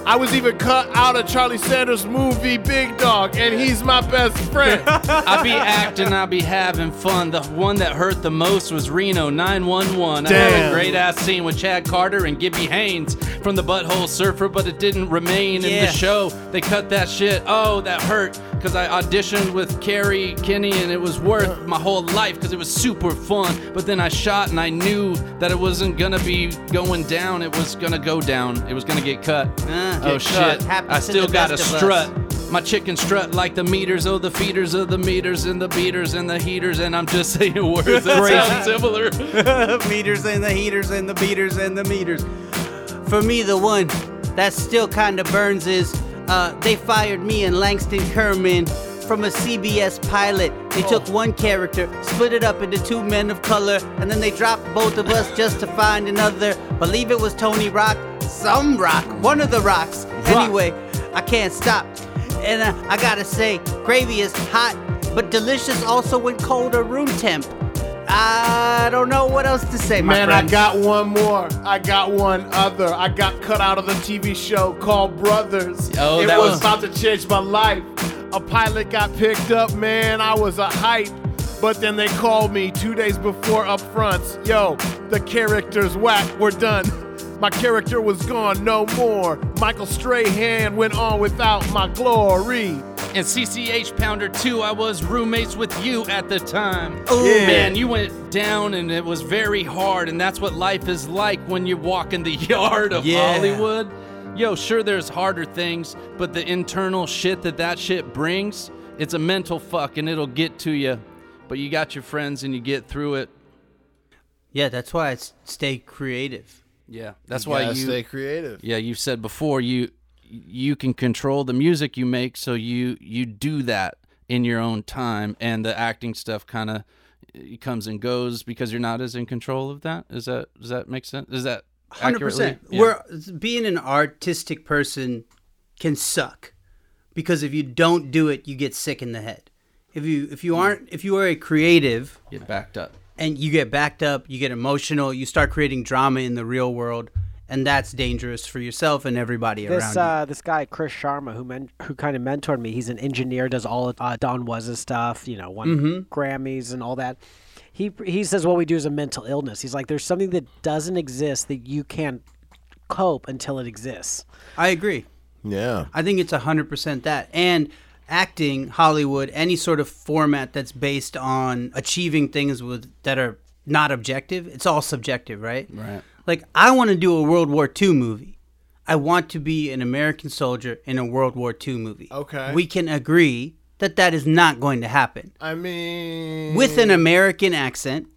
Speaker 2: I was even cut out of Charlie Sanders' movie Big Dog, and he's my best friend.
Speaker 3: I be acting, I be having fun. The one that hurt the most was Reno 911. I had
Speaker 2: Damn.
Speaker 3: a great ass scene with Chad Carter and Gibby Haynes from the Butthole Surfer, but it didn't remain in
Speaker 5: Yeah.
Speaker 3: the show. They cut that shit. Oh, that hurt. Because I auditioned with Carrie Kinney and it was worth my whole life because it was super fun. But then I shot and I knew that it wasn't going to be going down. It was going to go down. It was going to get cut.
Speaker 5: Ah,
Speaker 3: oh,
Speaker 5: get cut.
Speaker 3: shit.
Speaker 5: Happens
Speaker 3: I
Speaker 5: to
Speaker 3: still
Speaker 5: the
Speaker 3: got a
Speaker 5: best of us.
Speaker 3: strut. My chicken strut like the meters, oh, the feeders of the meters and the beaters and the heaters, and I'm just (laughs) saying words that sound similar.
Speaker 5: meters and the heaters and the beaters and the meters. For me, the one that still kind of burns is uh, they fired me and Langston Kerman from a CBS pilot. They took
Speaker 2: Oh.
Speaker 5: one character, split it up into two men of color, and then they dropped both of us just to find another. Believe it was Tony Rock, some rock, one of the rocks. Anyway, I can't stop. And uh, I gotta say, gravy is hot, but delicious also when cold or room temp. I don't know what else to say, my
Speaker 2: Man,
Speaker 5: friend.
Speaker 2: I got one more. I got one other. I got cut out of the TV show called Brothers.
Speaker 3: Oh,
Speaker 2: it
Speaker 3: that
Speaker 2: was,
Speaker 3: was-
Speaker 2: about to change my life. A pilot got picked up, man. I was a hype. But then they called me two days before up fronts. Yo, the character's whack. We're done. My character was gone, no more. Michael Strahan went on without my glory.
Speaker 3: And CCH Pounder 2, I was roommates with you at the time.
Speaker 5: Ooh.
Speaker 2: Yeah.
Speaker 3: Man, you went down and it was very hard, and that's what life is like when you walk in the (laughs) yard of
Speaker 5: Yeah.
Speaker 3: Hollywood. Yo, sure, there's harder things, but the internal shit that that shit brings, it's a mental fuck and it'll get to you. But you got your friends and you get through it.
Speaker 5: Yeah, that's why I s- stay creative.
Speaker 3: Yeah, that's why you.
Speaker 6: stay creative.
Speaker 3: yeah, you've said before you you can control the music you make, so you you do that in your own time, and the acting stuff kind of comes and goes because you're not as in control of that. Is that does that make sense? Is that
Speaker 5: Hundred
Speaker 3: accurately?
Speaker 5: percent.
Speaker 3: Yeah.
Speaker 5: Where being an artistic person can suck, because if you don't do it, you get sick in the head. If you if you aren't if you are a creative
Speaker 3: get backed up.
Speaker 5: and you get backed up, you get emotional, you start creating drama in the real world, and that's dangerous for yourself and everybody
Speaker 4: This
Speaker 5: around
Speaker 4: uh, this guy Chris Sharma, who men- who kind of mentored me, he's an engineer, does all uh, Don Waz's stuff, you know, won Grammys and all that. He he says what we do is a mental illness. He's like, there's something that doesn't exist that you can't cope until it exists.
Speaker 5: you. I agree.
Speaker 6: Yeah.
Speaker 5: I think it's 100% that. And acting, Hollywood, any sort of format that's based on achieving things with that are not objective, it's all subjective, right? Right. Like I want to do a World War II movie. I want to be an American soldier in a World War II movie.
Speaker 2: Okay.
Speaker 5: We can agree that that is not going to happen
Speaker 2: I mean,
Speaker 5: with an
Speaker 2: (laughs)
Speaker 5: American accent,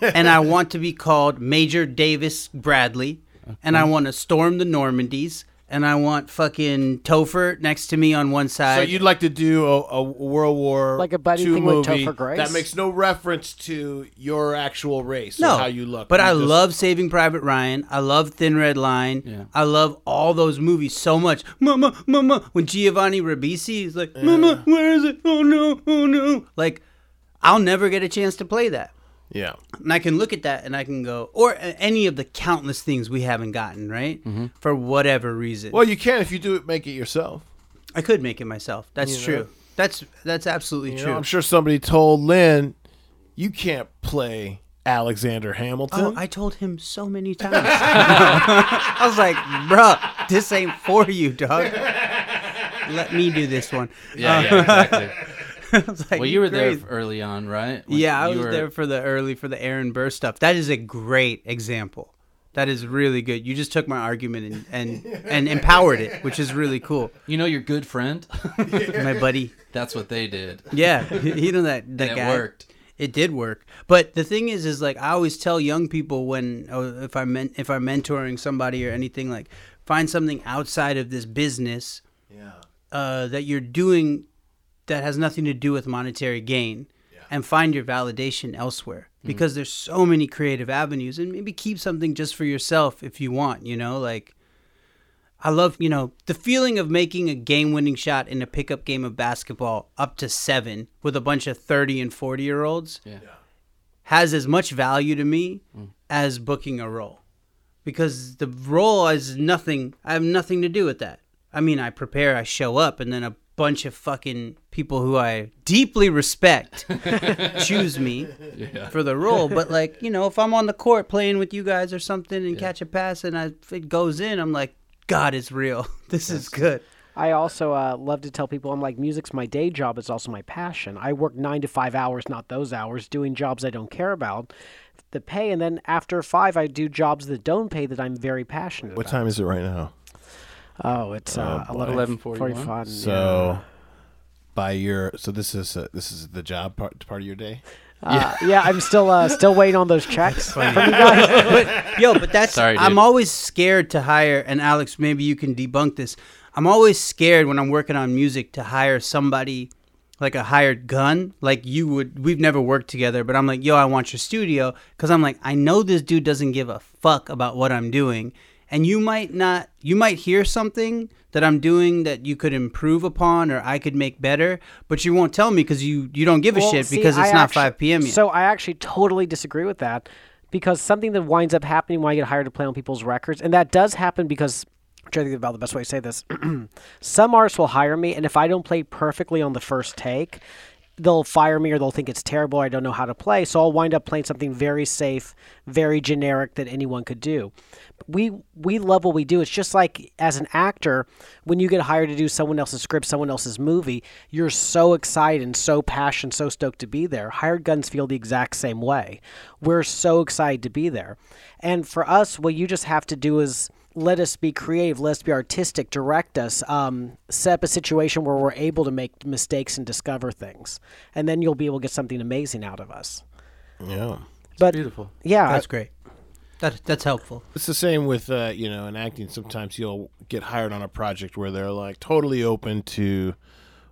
Speaker 5: and I want to be called Major Davis Bradley, and I want to storm the Normandies, and I want fucking Topher next to me on one
Speaker 2: So
Speaker 5: side.
Speaker 2: you'd like to do a, a World War
Speaker 4: Like a buddy
Speaker 2: II
Speaker 4: thing with
Speaker 2: movie
Speaker 4: Topher Grace?
Speaker 2: that makes no reference to your actual race
Speaker 5: no,
Speaker 2: or how you look.
Speaker 5: But
Speaker 2: You
Speaker 5: I
Speaker 2: just-
Speaker 5: love Saving Private Ryan. I love Thin Red Line. I love all those movies so much. Mama, mama. When Giovanni Ribisi is like, Mama, where is it? Oh no, oh no. Like, I'll never get a chance to play that.
Speaker 6: Yeah.
Speaker 5: and I can look at that and I can go, or a- any of the countless things we haven't gotten, right?
Speaker 3: Mm-hmm.
Speaker 5: For whatever reason.
Speaker 6: Well, you can if you do it, make it yourself.
Speaker 5: I could make it myself. That's true. That's that's absolutely
Speaker 6: You
Speaker 5: true.
Speaker 6: know, I'm sure somebody told Lynn, you can't play Alexander Hamilton.
Speaker 5: Oh, I told him so
Speaker 3: (laughs)
Speaker 5: many times. (laughs) I was like, bruh, this ain't for you, dog. Let me do this one.
Speaker 3: Yeah, (laughs) yeah, exactly.
Speaker 5: (laughs) I was like,
Speaker 3: well, you were there
Speaker 5: "Great."
Speaker 3: early on, right? When
Speaker 5: Yeah, I
Speaker 3: you
Speaker 5: was
Speaker 3: were-
Speaker 5: there for the early for the Aaron Burr stuff. That is a great example. That is really good. You just took my argument and and, and empowered it, which is
Speaker 3: (laughs)
Speaker 5: really cool.
Speaker 3: You know your good friend. (laughs)
Speaker 5: My buddy.
Speaker 3: That's what they did.
Speaker 5: Yeah, you know that that
Speaker 3: it
Speaker 5: guy.
Speaker 3: worked.
Speaker 5: It did work. But the thing is, is like I always tell young people when oh, if I'm men- if I'm mentoring somebody or anything, like find something outside of this business uh, that you're doing that has nothing to do with monetary gain. And find your validation elsewhere
Speaker 3: Mm-hmm.
Speaker 5: because there's so many creative avenues, and maybe keep something just for yourself if you want. You know, like I love, you know, the feeling of making a game winning shot in a pickup game of basketball up to seven with a bunch of 30 and 40 year olds has as much value to me as booking a role because the role is nothing. I have nothing to do with that. I mean, I prepare, I show up, and then a bunch of fucking people who I deeply respect choose me for the role. But like, you know, if I'm on the court playing with you guys or something and catch a pass and I, if it goes in, I'm like, God, it's real. (laughs) This is good.
Speaker 4: I also uh, love to tell people I'm like, music's my day job. It's also my passion. I work nine to five hours, not those hours, doing jobs I don't care about that pay. And then after five, I do jobs that don't pay that I'm very passionate
Speaker 6: what
Speaker 4: about.
Speaker 6: time is it right now?
Speaker 4: Oh, it's uh, 11,
Speaker 3: 11:41.
Speaker 6: So
Speaker 2: by your. So this is uh, this is the job part part of your day.
Speaker 4: Uh, yeah, I'm still uh, still waiting on those checks.
Speaker 5: but yo, but that's
Speaker 3: Sorry, dude.
Speaker 5: I'm always scared to hire and Alex, maybe you can debunk this. I'm always scared when I'm working on music to hire somebody like a hired gun. Like you would we've never worked together, but I'm like, "Yo, I want your studio" cuz I'm like, "I know this dude doesn't give a fuck about what I'm doing." And you might not you might hear something that I'm doing that you could improve upon or I could make better, but you won't tell me cuz you you don't give a
Speaker 4: Well,
Speaker 5: shit
Speaker 4: see,
Speaker 5: because
Speaker 4: I
Speaker 5: it's not
Speaker 4: actu-
Speaker 5: 5 p.m. yet.
Speaker 4: So I actually totally disagree with that because something that winds up happening when I get hired to play on people's records, and that does happen because I'm trying to think about the best way to say this. (clears throat) Some artists will hire me, and if I don't play perfectly on the first take, they'll fire me or they'll think it's terrible. I don't know how to play, so I'll wind up playing something very safe, very generic that anyone could do. We we love what we do. It's just like as an actor, when you get hired to do someone else's script, someone else's movie, you're so excited and so passionate, so stoked to be there. Hired guns feel the exact same way. We're so excited to be there, and for us, what you just have to do is let us be creative, let us be artistic, direct us, um, set up a situation where we're able to make mistakes and discover things. And then you'll be able to get something amazing out of us.
Speaker 2: Yeah.
Speaker 4: But
Speaker 3: Beautiful.
Speaker 4: yeah,
Speaker 5: That's great. That that's helpful.
Speaker 2: It's the same with uh, you know in acting. Sometimes you'll get hired on a project where they're like totally open to,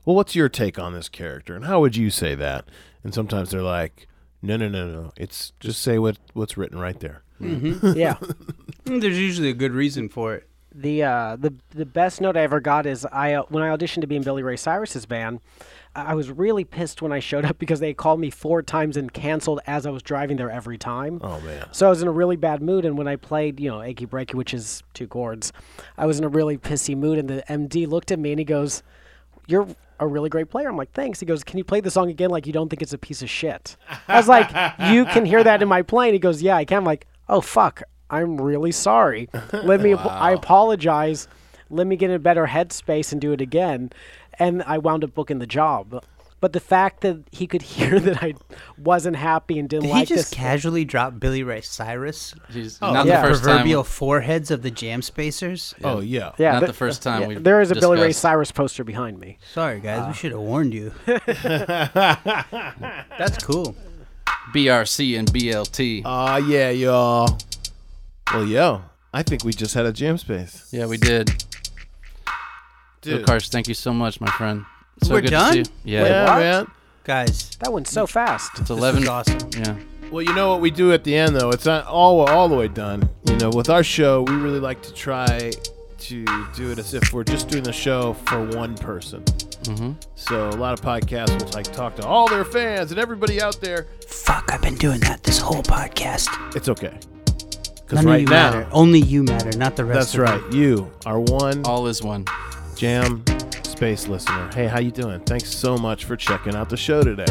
Speaker 2: well, what's your take on this character and how would you say that? And sometimes they're like, no, no, no, no. It's just say what what's written right there.
Speaker 4: yeah.
Speaker 5: Mm, There's usually a good reason for it.
Speaker 4: the uh, the the best note I ever got is I uh, when I auditioned to be in Billy Ray Cyrus's band, I I was really pissed when I showed up (laughs) because they called me four times and canceled as I was driving there every time.
Speaker 2: Oh man.
Speaker 4: So I was in a really bad mood, and when I played, you know, achy breaky, which is two chords, I was in a really pissy mood, and the MD looked at me and he goes, "You're." A really great player. I'm like, thanks. He goes, Can you play the song again like you don't think it's a piece of shit? I was like, You can hear that in my playing. He goes, Yeah, I can. I'm like, Oh, fuck. I'm really sorry.
Speaker 3: (laughs)
Speaker 4: Let me, I apologize. Let me get in a better headspace and do it again. And I wound up booking the job. But the fact that he could (laughs) hear that I wasn't happy and didn't
Speaker 5: Did he
Speaker 4: like this.
Speaker 5: just casually drop Billy Ray Cyrus?
Speaker 3: Jeez, not
Speaker 4: yeah.
Speaker 3: the first
Speaker 5: proverbial
Speaker 3: time.
Speaker 5: foreheads of the jam spacers.
Speaker 2: Oh yeah.
Speaker 4: Yeah,
Speaker 3: Not
Speaker 4: th-
Speaker 3: the first time
Speaker 4: yeah,
Speaker 3: we've
Speaker 4: There is a Billy Ray
Speaker 3: discussed-
Speaker 4: Cyrus poster behind me.
Speaker 5: Sorry, guys,
Speaker 4: Ah.
Speaker 5: we should have
Speaker 4: (laughs)
Speaker 5: warned you. That's cool.
Speaker 3: BRC and BLT.
Speaker 2: Ah yeah, y'all. Well, yo, I think we just had a jam space.
Speaker 3: yeah, we did.
Speaker 2: Dude.
Speaker 3: Lukash, thank you so much, my friend. So
Speaker 5: We're
Speaker 3: good
Speaker 5: done?
Speaker 3: to see you. Yeah.
Speaker 2: Yeah,
Speaker 4: what?
Speaker 2: man.
Speaker 5: Guys,
Speaker 4: That went so fast.
Speaker 3: It's 11.
Speaker 5: is awesome.
Speaker 3: Yeah.
Speaker 2: Well, you know what we do at the end, though. It's not all all the way done. You know, with our show, we really like to try to do it as if we're just doing the show for one person. Mm-hmm. So a lot of podcasts will like talk to all their fans and everybody out there.
Speaker 5: fuck, I've been doing that this whole podcast.
Speaker 2: It's okay, because
Speaker 5: None of
Speaker 2: right
Speaker 5: you
Speaker 2: now,
Speaker 5: matter. Only you matter, not the rest
Speaker 2: that's
Speaker 5: of
Speaker 2: right.
Speaker 5: you.
Speaker 2: You are one
Speaker 3: All is one.
Speaker 2: jam space listener. Hey, how you doing? Thanks so much for checking out the show today.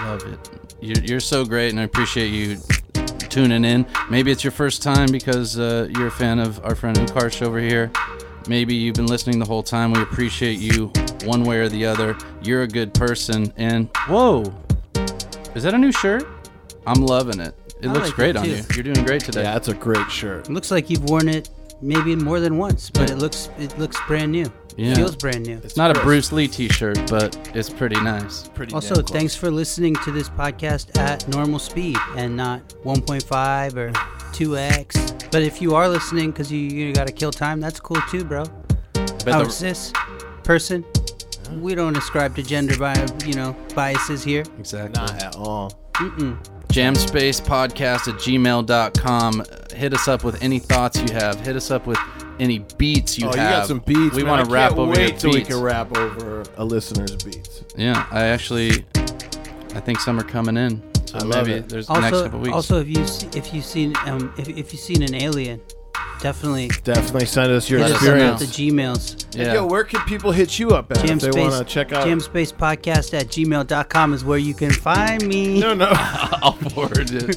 Speaker 3: Love it. You're, you're so great, and I appreciate you tuning in. Maybe it's your first time because uh, you're a fan of our friend Ukarsh over here. Maybe you've been listening the whole time. We appreciate you one way or the other. You're a good person. And whoa, is that a new shirt? I'm loving it. It
Speaker 5: I
Speaker 3: looks
Speaker 5: like
Speaker 3: great
Speaker 5: it
Speaker 3: on
Speaker 5: too.
Speaker 3: you. You're doing great today.
Speaker 2: Yeah, that's a great shirt.
Speaker 5: It looks like you've worn it maybe more than once, but it looks it looks brand new.
Speaker 3: Yeah.
Speaker 5: It feels brand new.
Speaker 3: It's not a Bruce Lee t-shirt, but it's pretty nice.
Speaker 2: Pretty
Speaker 5: Also,
Speaker 2: damn close.
Speaker 5: thanks for listening to this podcast at normal speed and not 1.5 or 2x. But if you are listening because you, you got to kill time, that's cool too, bro.
Speaker 3: I bet
Speaker 5: I
Speaker 3: the-
Speaker 5: was this person. We don't ascribe to gender bi- you know, biases here.
Speaker 3: exactly.
Speaker 2: Not at all.
Speaker 3: jamspacepodcast at gmail.com hit us up with any thoughts you have hit us up with any beats you
Speaker 2: oh,
Speaker 3: have
Speaker 2: you got some beats.
Speaker 3: we
Speaker 2: man.
Speaker 3: want
Speaker 2: I
Speaker 3: to rap
Speaker 2: can't
Speaker 3: over
Speaker 2: wait
Speaker 3: your
Speaker 2: till
Speaker 3: beats
Speaker 2: we can rap over a listener's beats.
Speaker 3: yeah i actually i think some are coming in so
Speaker 2: I love
Speaker 3: maybe
Speaker 2: it.
Speaker 3: there's the next
Speaker 5: Also,
Speaker 3: couple weeks
Speaker 5: also if you see, if you've seen um, if, if you've seen an alien, definitely
Speaker 2: Definitely send us your
Speaker 5: hit us up at
Speaker 2: experience.
Speaker 5: the Gmails.
Speaker 3: yeah (laughs)
Speaker 2: Yo, where can people hit you up at
Speaker 5: Jam
Speaker 2: if they want to
Speaker 5: space,
Speaker 2: check out?
Speaker 5: jam space podcast at gmail.com is where you can find
Speaker 2: (laughs)
Speaker 5: me.
Speaker 2: no,
Speaker 5: (laughs)
Speaker 2: no.
Speaker 5: Oh,
Speaker 3: i'll forward it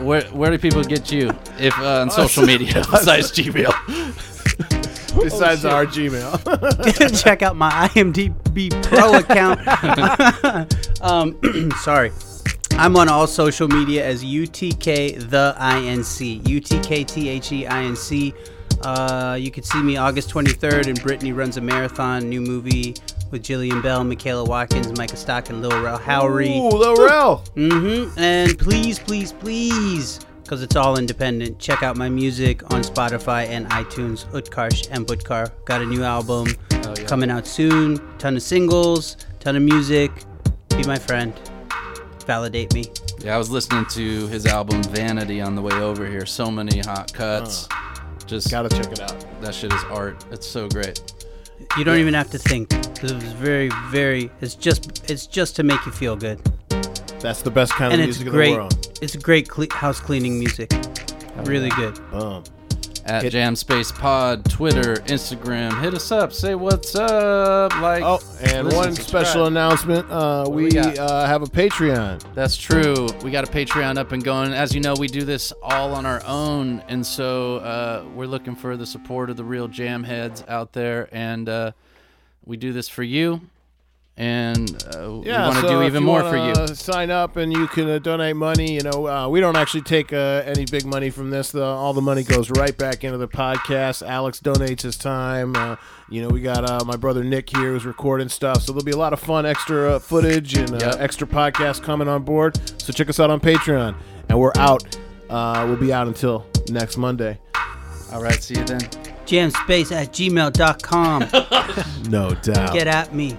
Speaker 3: where where do people get you if uh, on social
Speaker 2: (laughs)
Speaker 3: media besides gmail
Speaker 2: Besides our
Speaker 5: (laughs)
Speaker 2: Gmail.
Speaker 5: check out my IMDb Pro account. um, (clears throat) sorry. I'm on all social E media as UTK the INC. UTKTHEINC. Uh, you could see me August 23rd in Brittany Runs a Marathon, new movie with Jillian Bell, Michaela Watkins, Micah Stock, and Lil Rel Howery.
Speaker 2: Ooh, Laurel.
Speaker 5: Mm-hmm. And please, please, please, because it's all independent, check out my music on Spotify and iTunes, Utkarsh and Butkar. Got a new album coming out soon. Ton of singles, ton of music. Be my friend. Validate me.
Speaker 3: Yeah, I was listening to his album Vanity on the way over here. So many hot cuts. Just
Speaker 2: Uh, Gotta check it out.
Speaker 3: that shit is art. It's so great.
Speaker 5: You don't even have to think. 'cause It was very, very. It's just, it's just to make you feel good,
Speaker 2: That's the best kind
Speaker 5: and
Speaker 2: of
Speaker 5: it's
Speaker 2: music
Speaker 5: great.
Speaker 2: in the world.
Speaker 5: It's great cle- house cleaning music. Really good.
Speaker 2: Boom.
Speaker 3: At Jam Space Pod, Twitter, Instagram. Hit us up. Say what's up. Like
Speaker 2: Oh, and
Speaker 3: listen,
Speaker 2: one
Speaker 3: subscribe.
Speaker 2: special announcement. Uh,
Speaker 3: do we
Speaker 2: we
Speaker 3: got?
Speaker 2: uh, have a Patreon.
Speaker 3: That's true. We got a Patreon up and going. As you know, we do this all on our own, and so uh, we're looking for the support of the real jam heads out there, and uh, we do this for you, and uh, we want to
Speaker 2: so
Speaker 3: do
Speaker 2: if
Speaker 3: even
Speaker 2: you
Speaker 3: more
Speaker 2: wanna
Speaker 3: for you.
Speaker 2: Sign up and you can uh, donate money. You know, uh, we don't actually take uh, any big money from this. The, all the money goes right back into the podcast. Alex donates his time. Uh, you know, we got uh, my brother Nick here who's recording stuff. So there'll be a lot of fun extra uh, footage and uh,
Speaker 3: Yep.
Speaker 2: extra podcasts coming on board. So check us out on Patreon. And we're out. Uh, we'll be out until next Monday.
Speaker 3: All right, see you then.
Speaker 2: (laughs)
Speaker 5: Jamspace at gmail.com.
Speaker 2: No doubt.
Speaker 5: Get at me.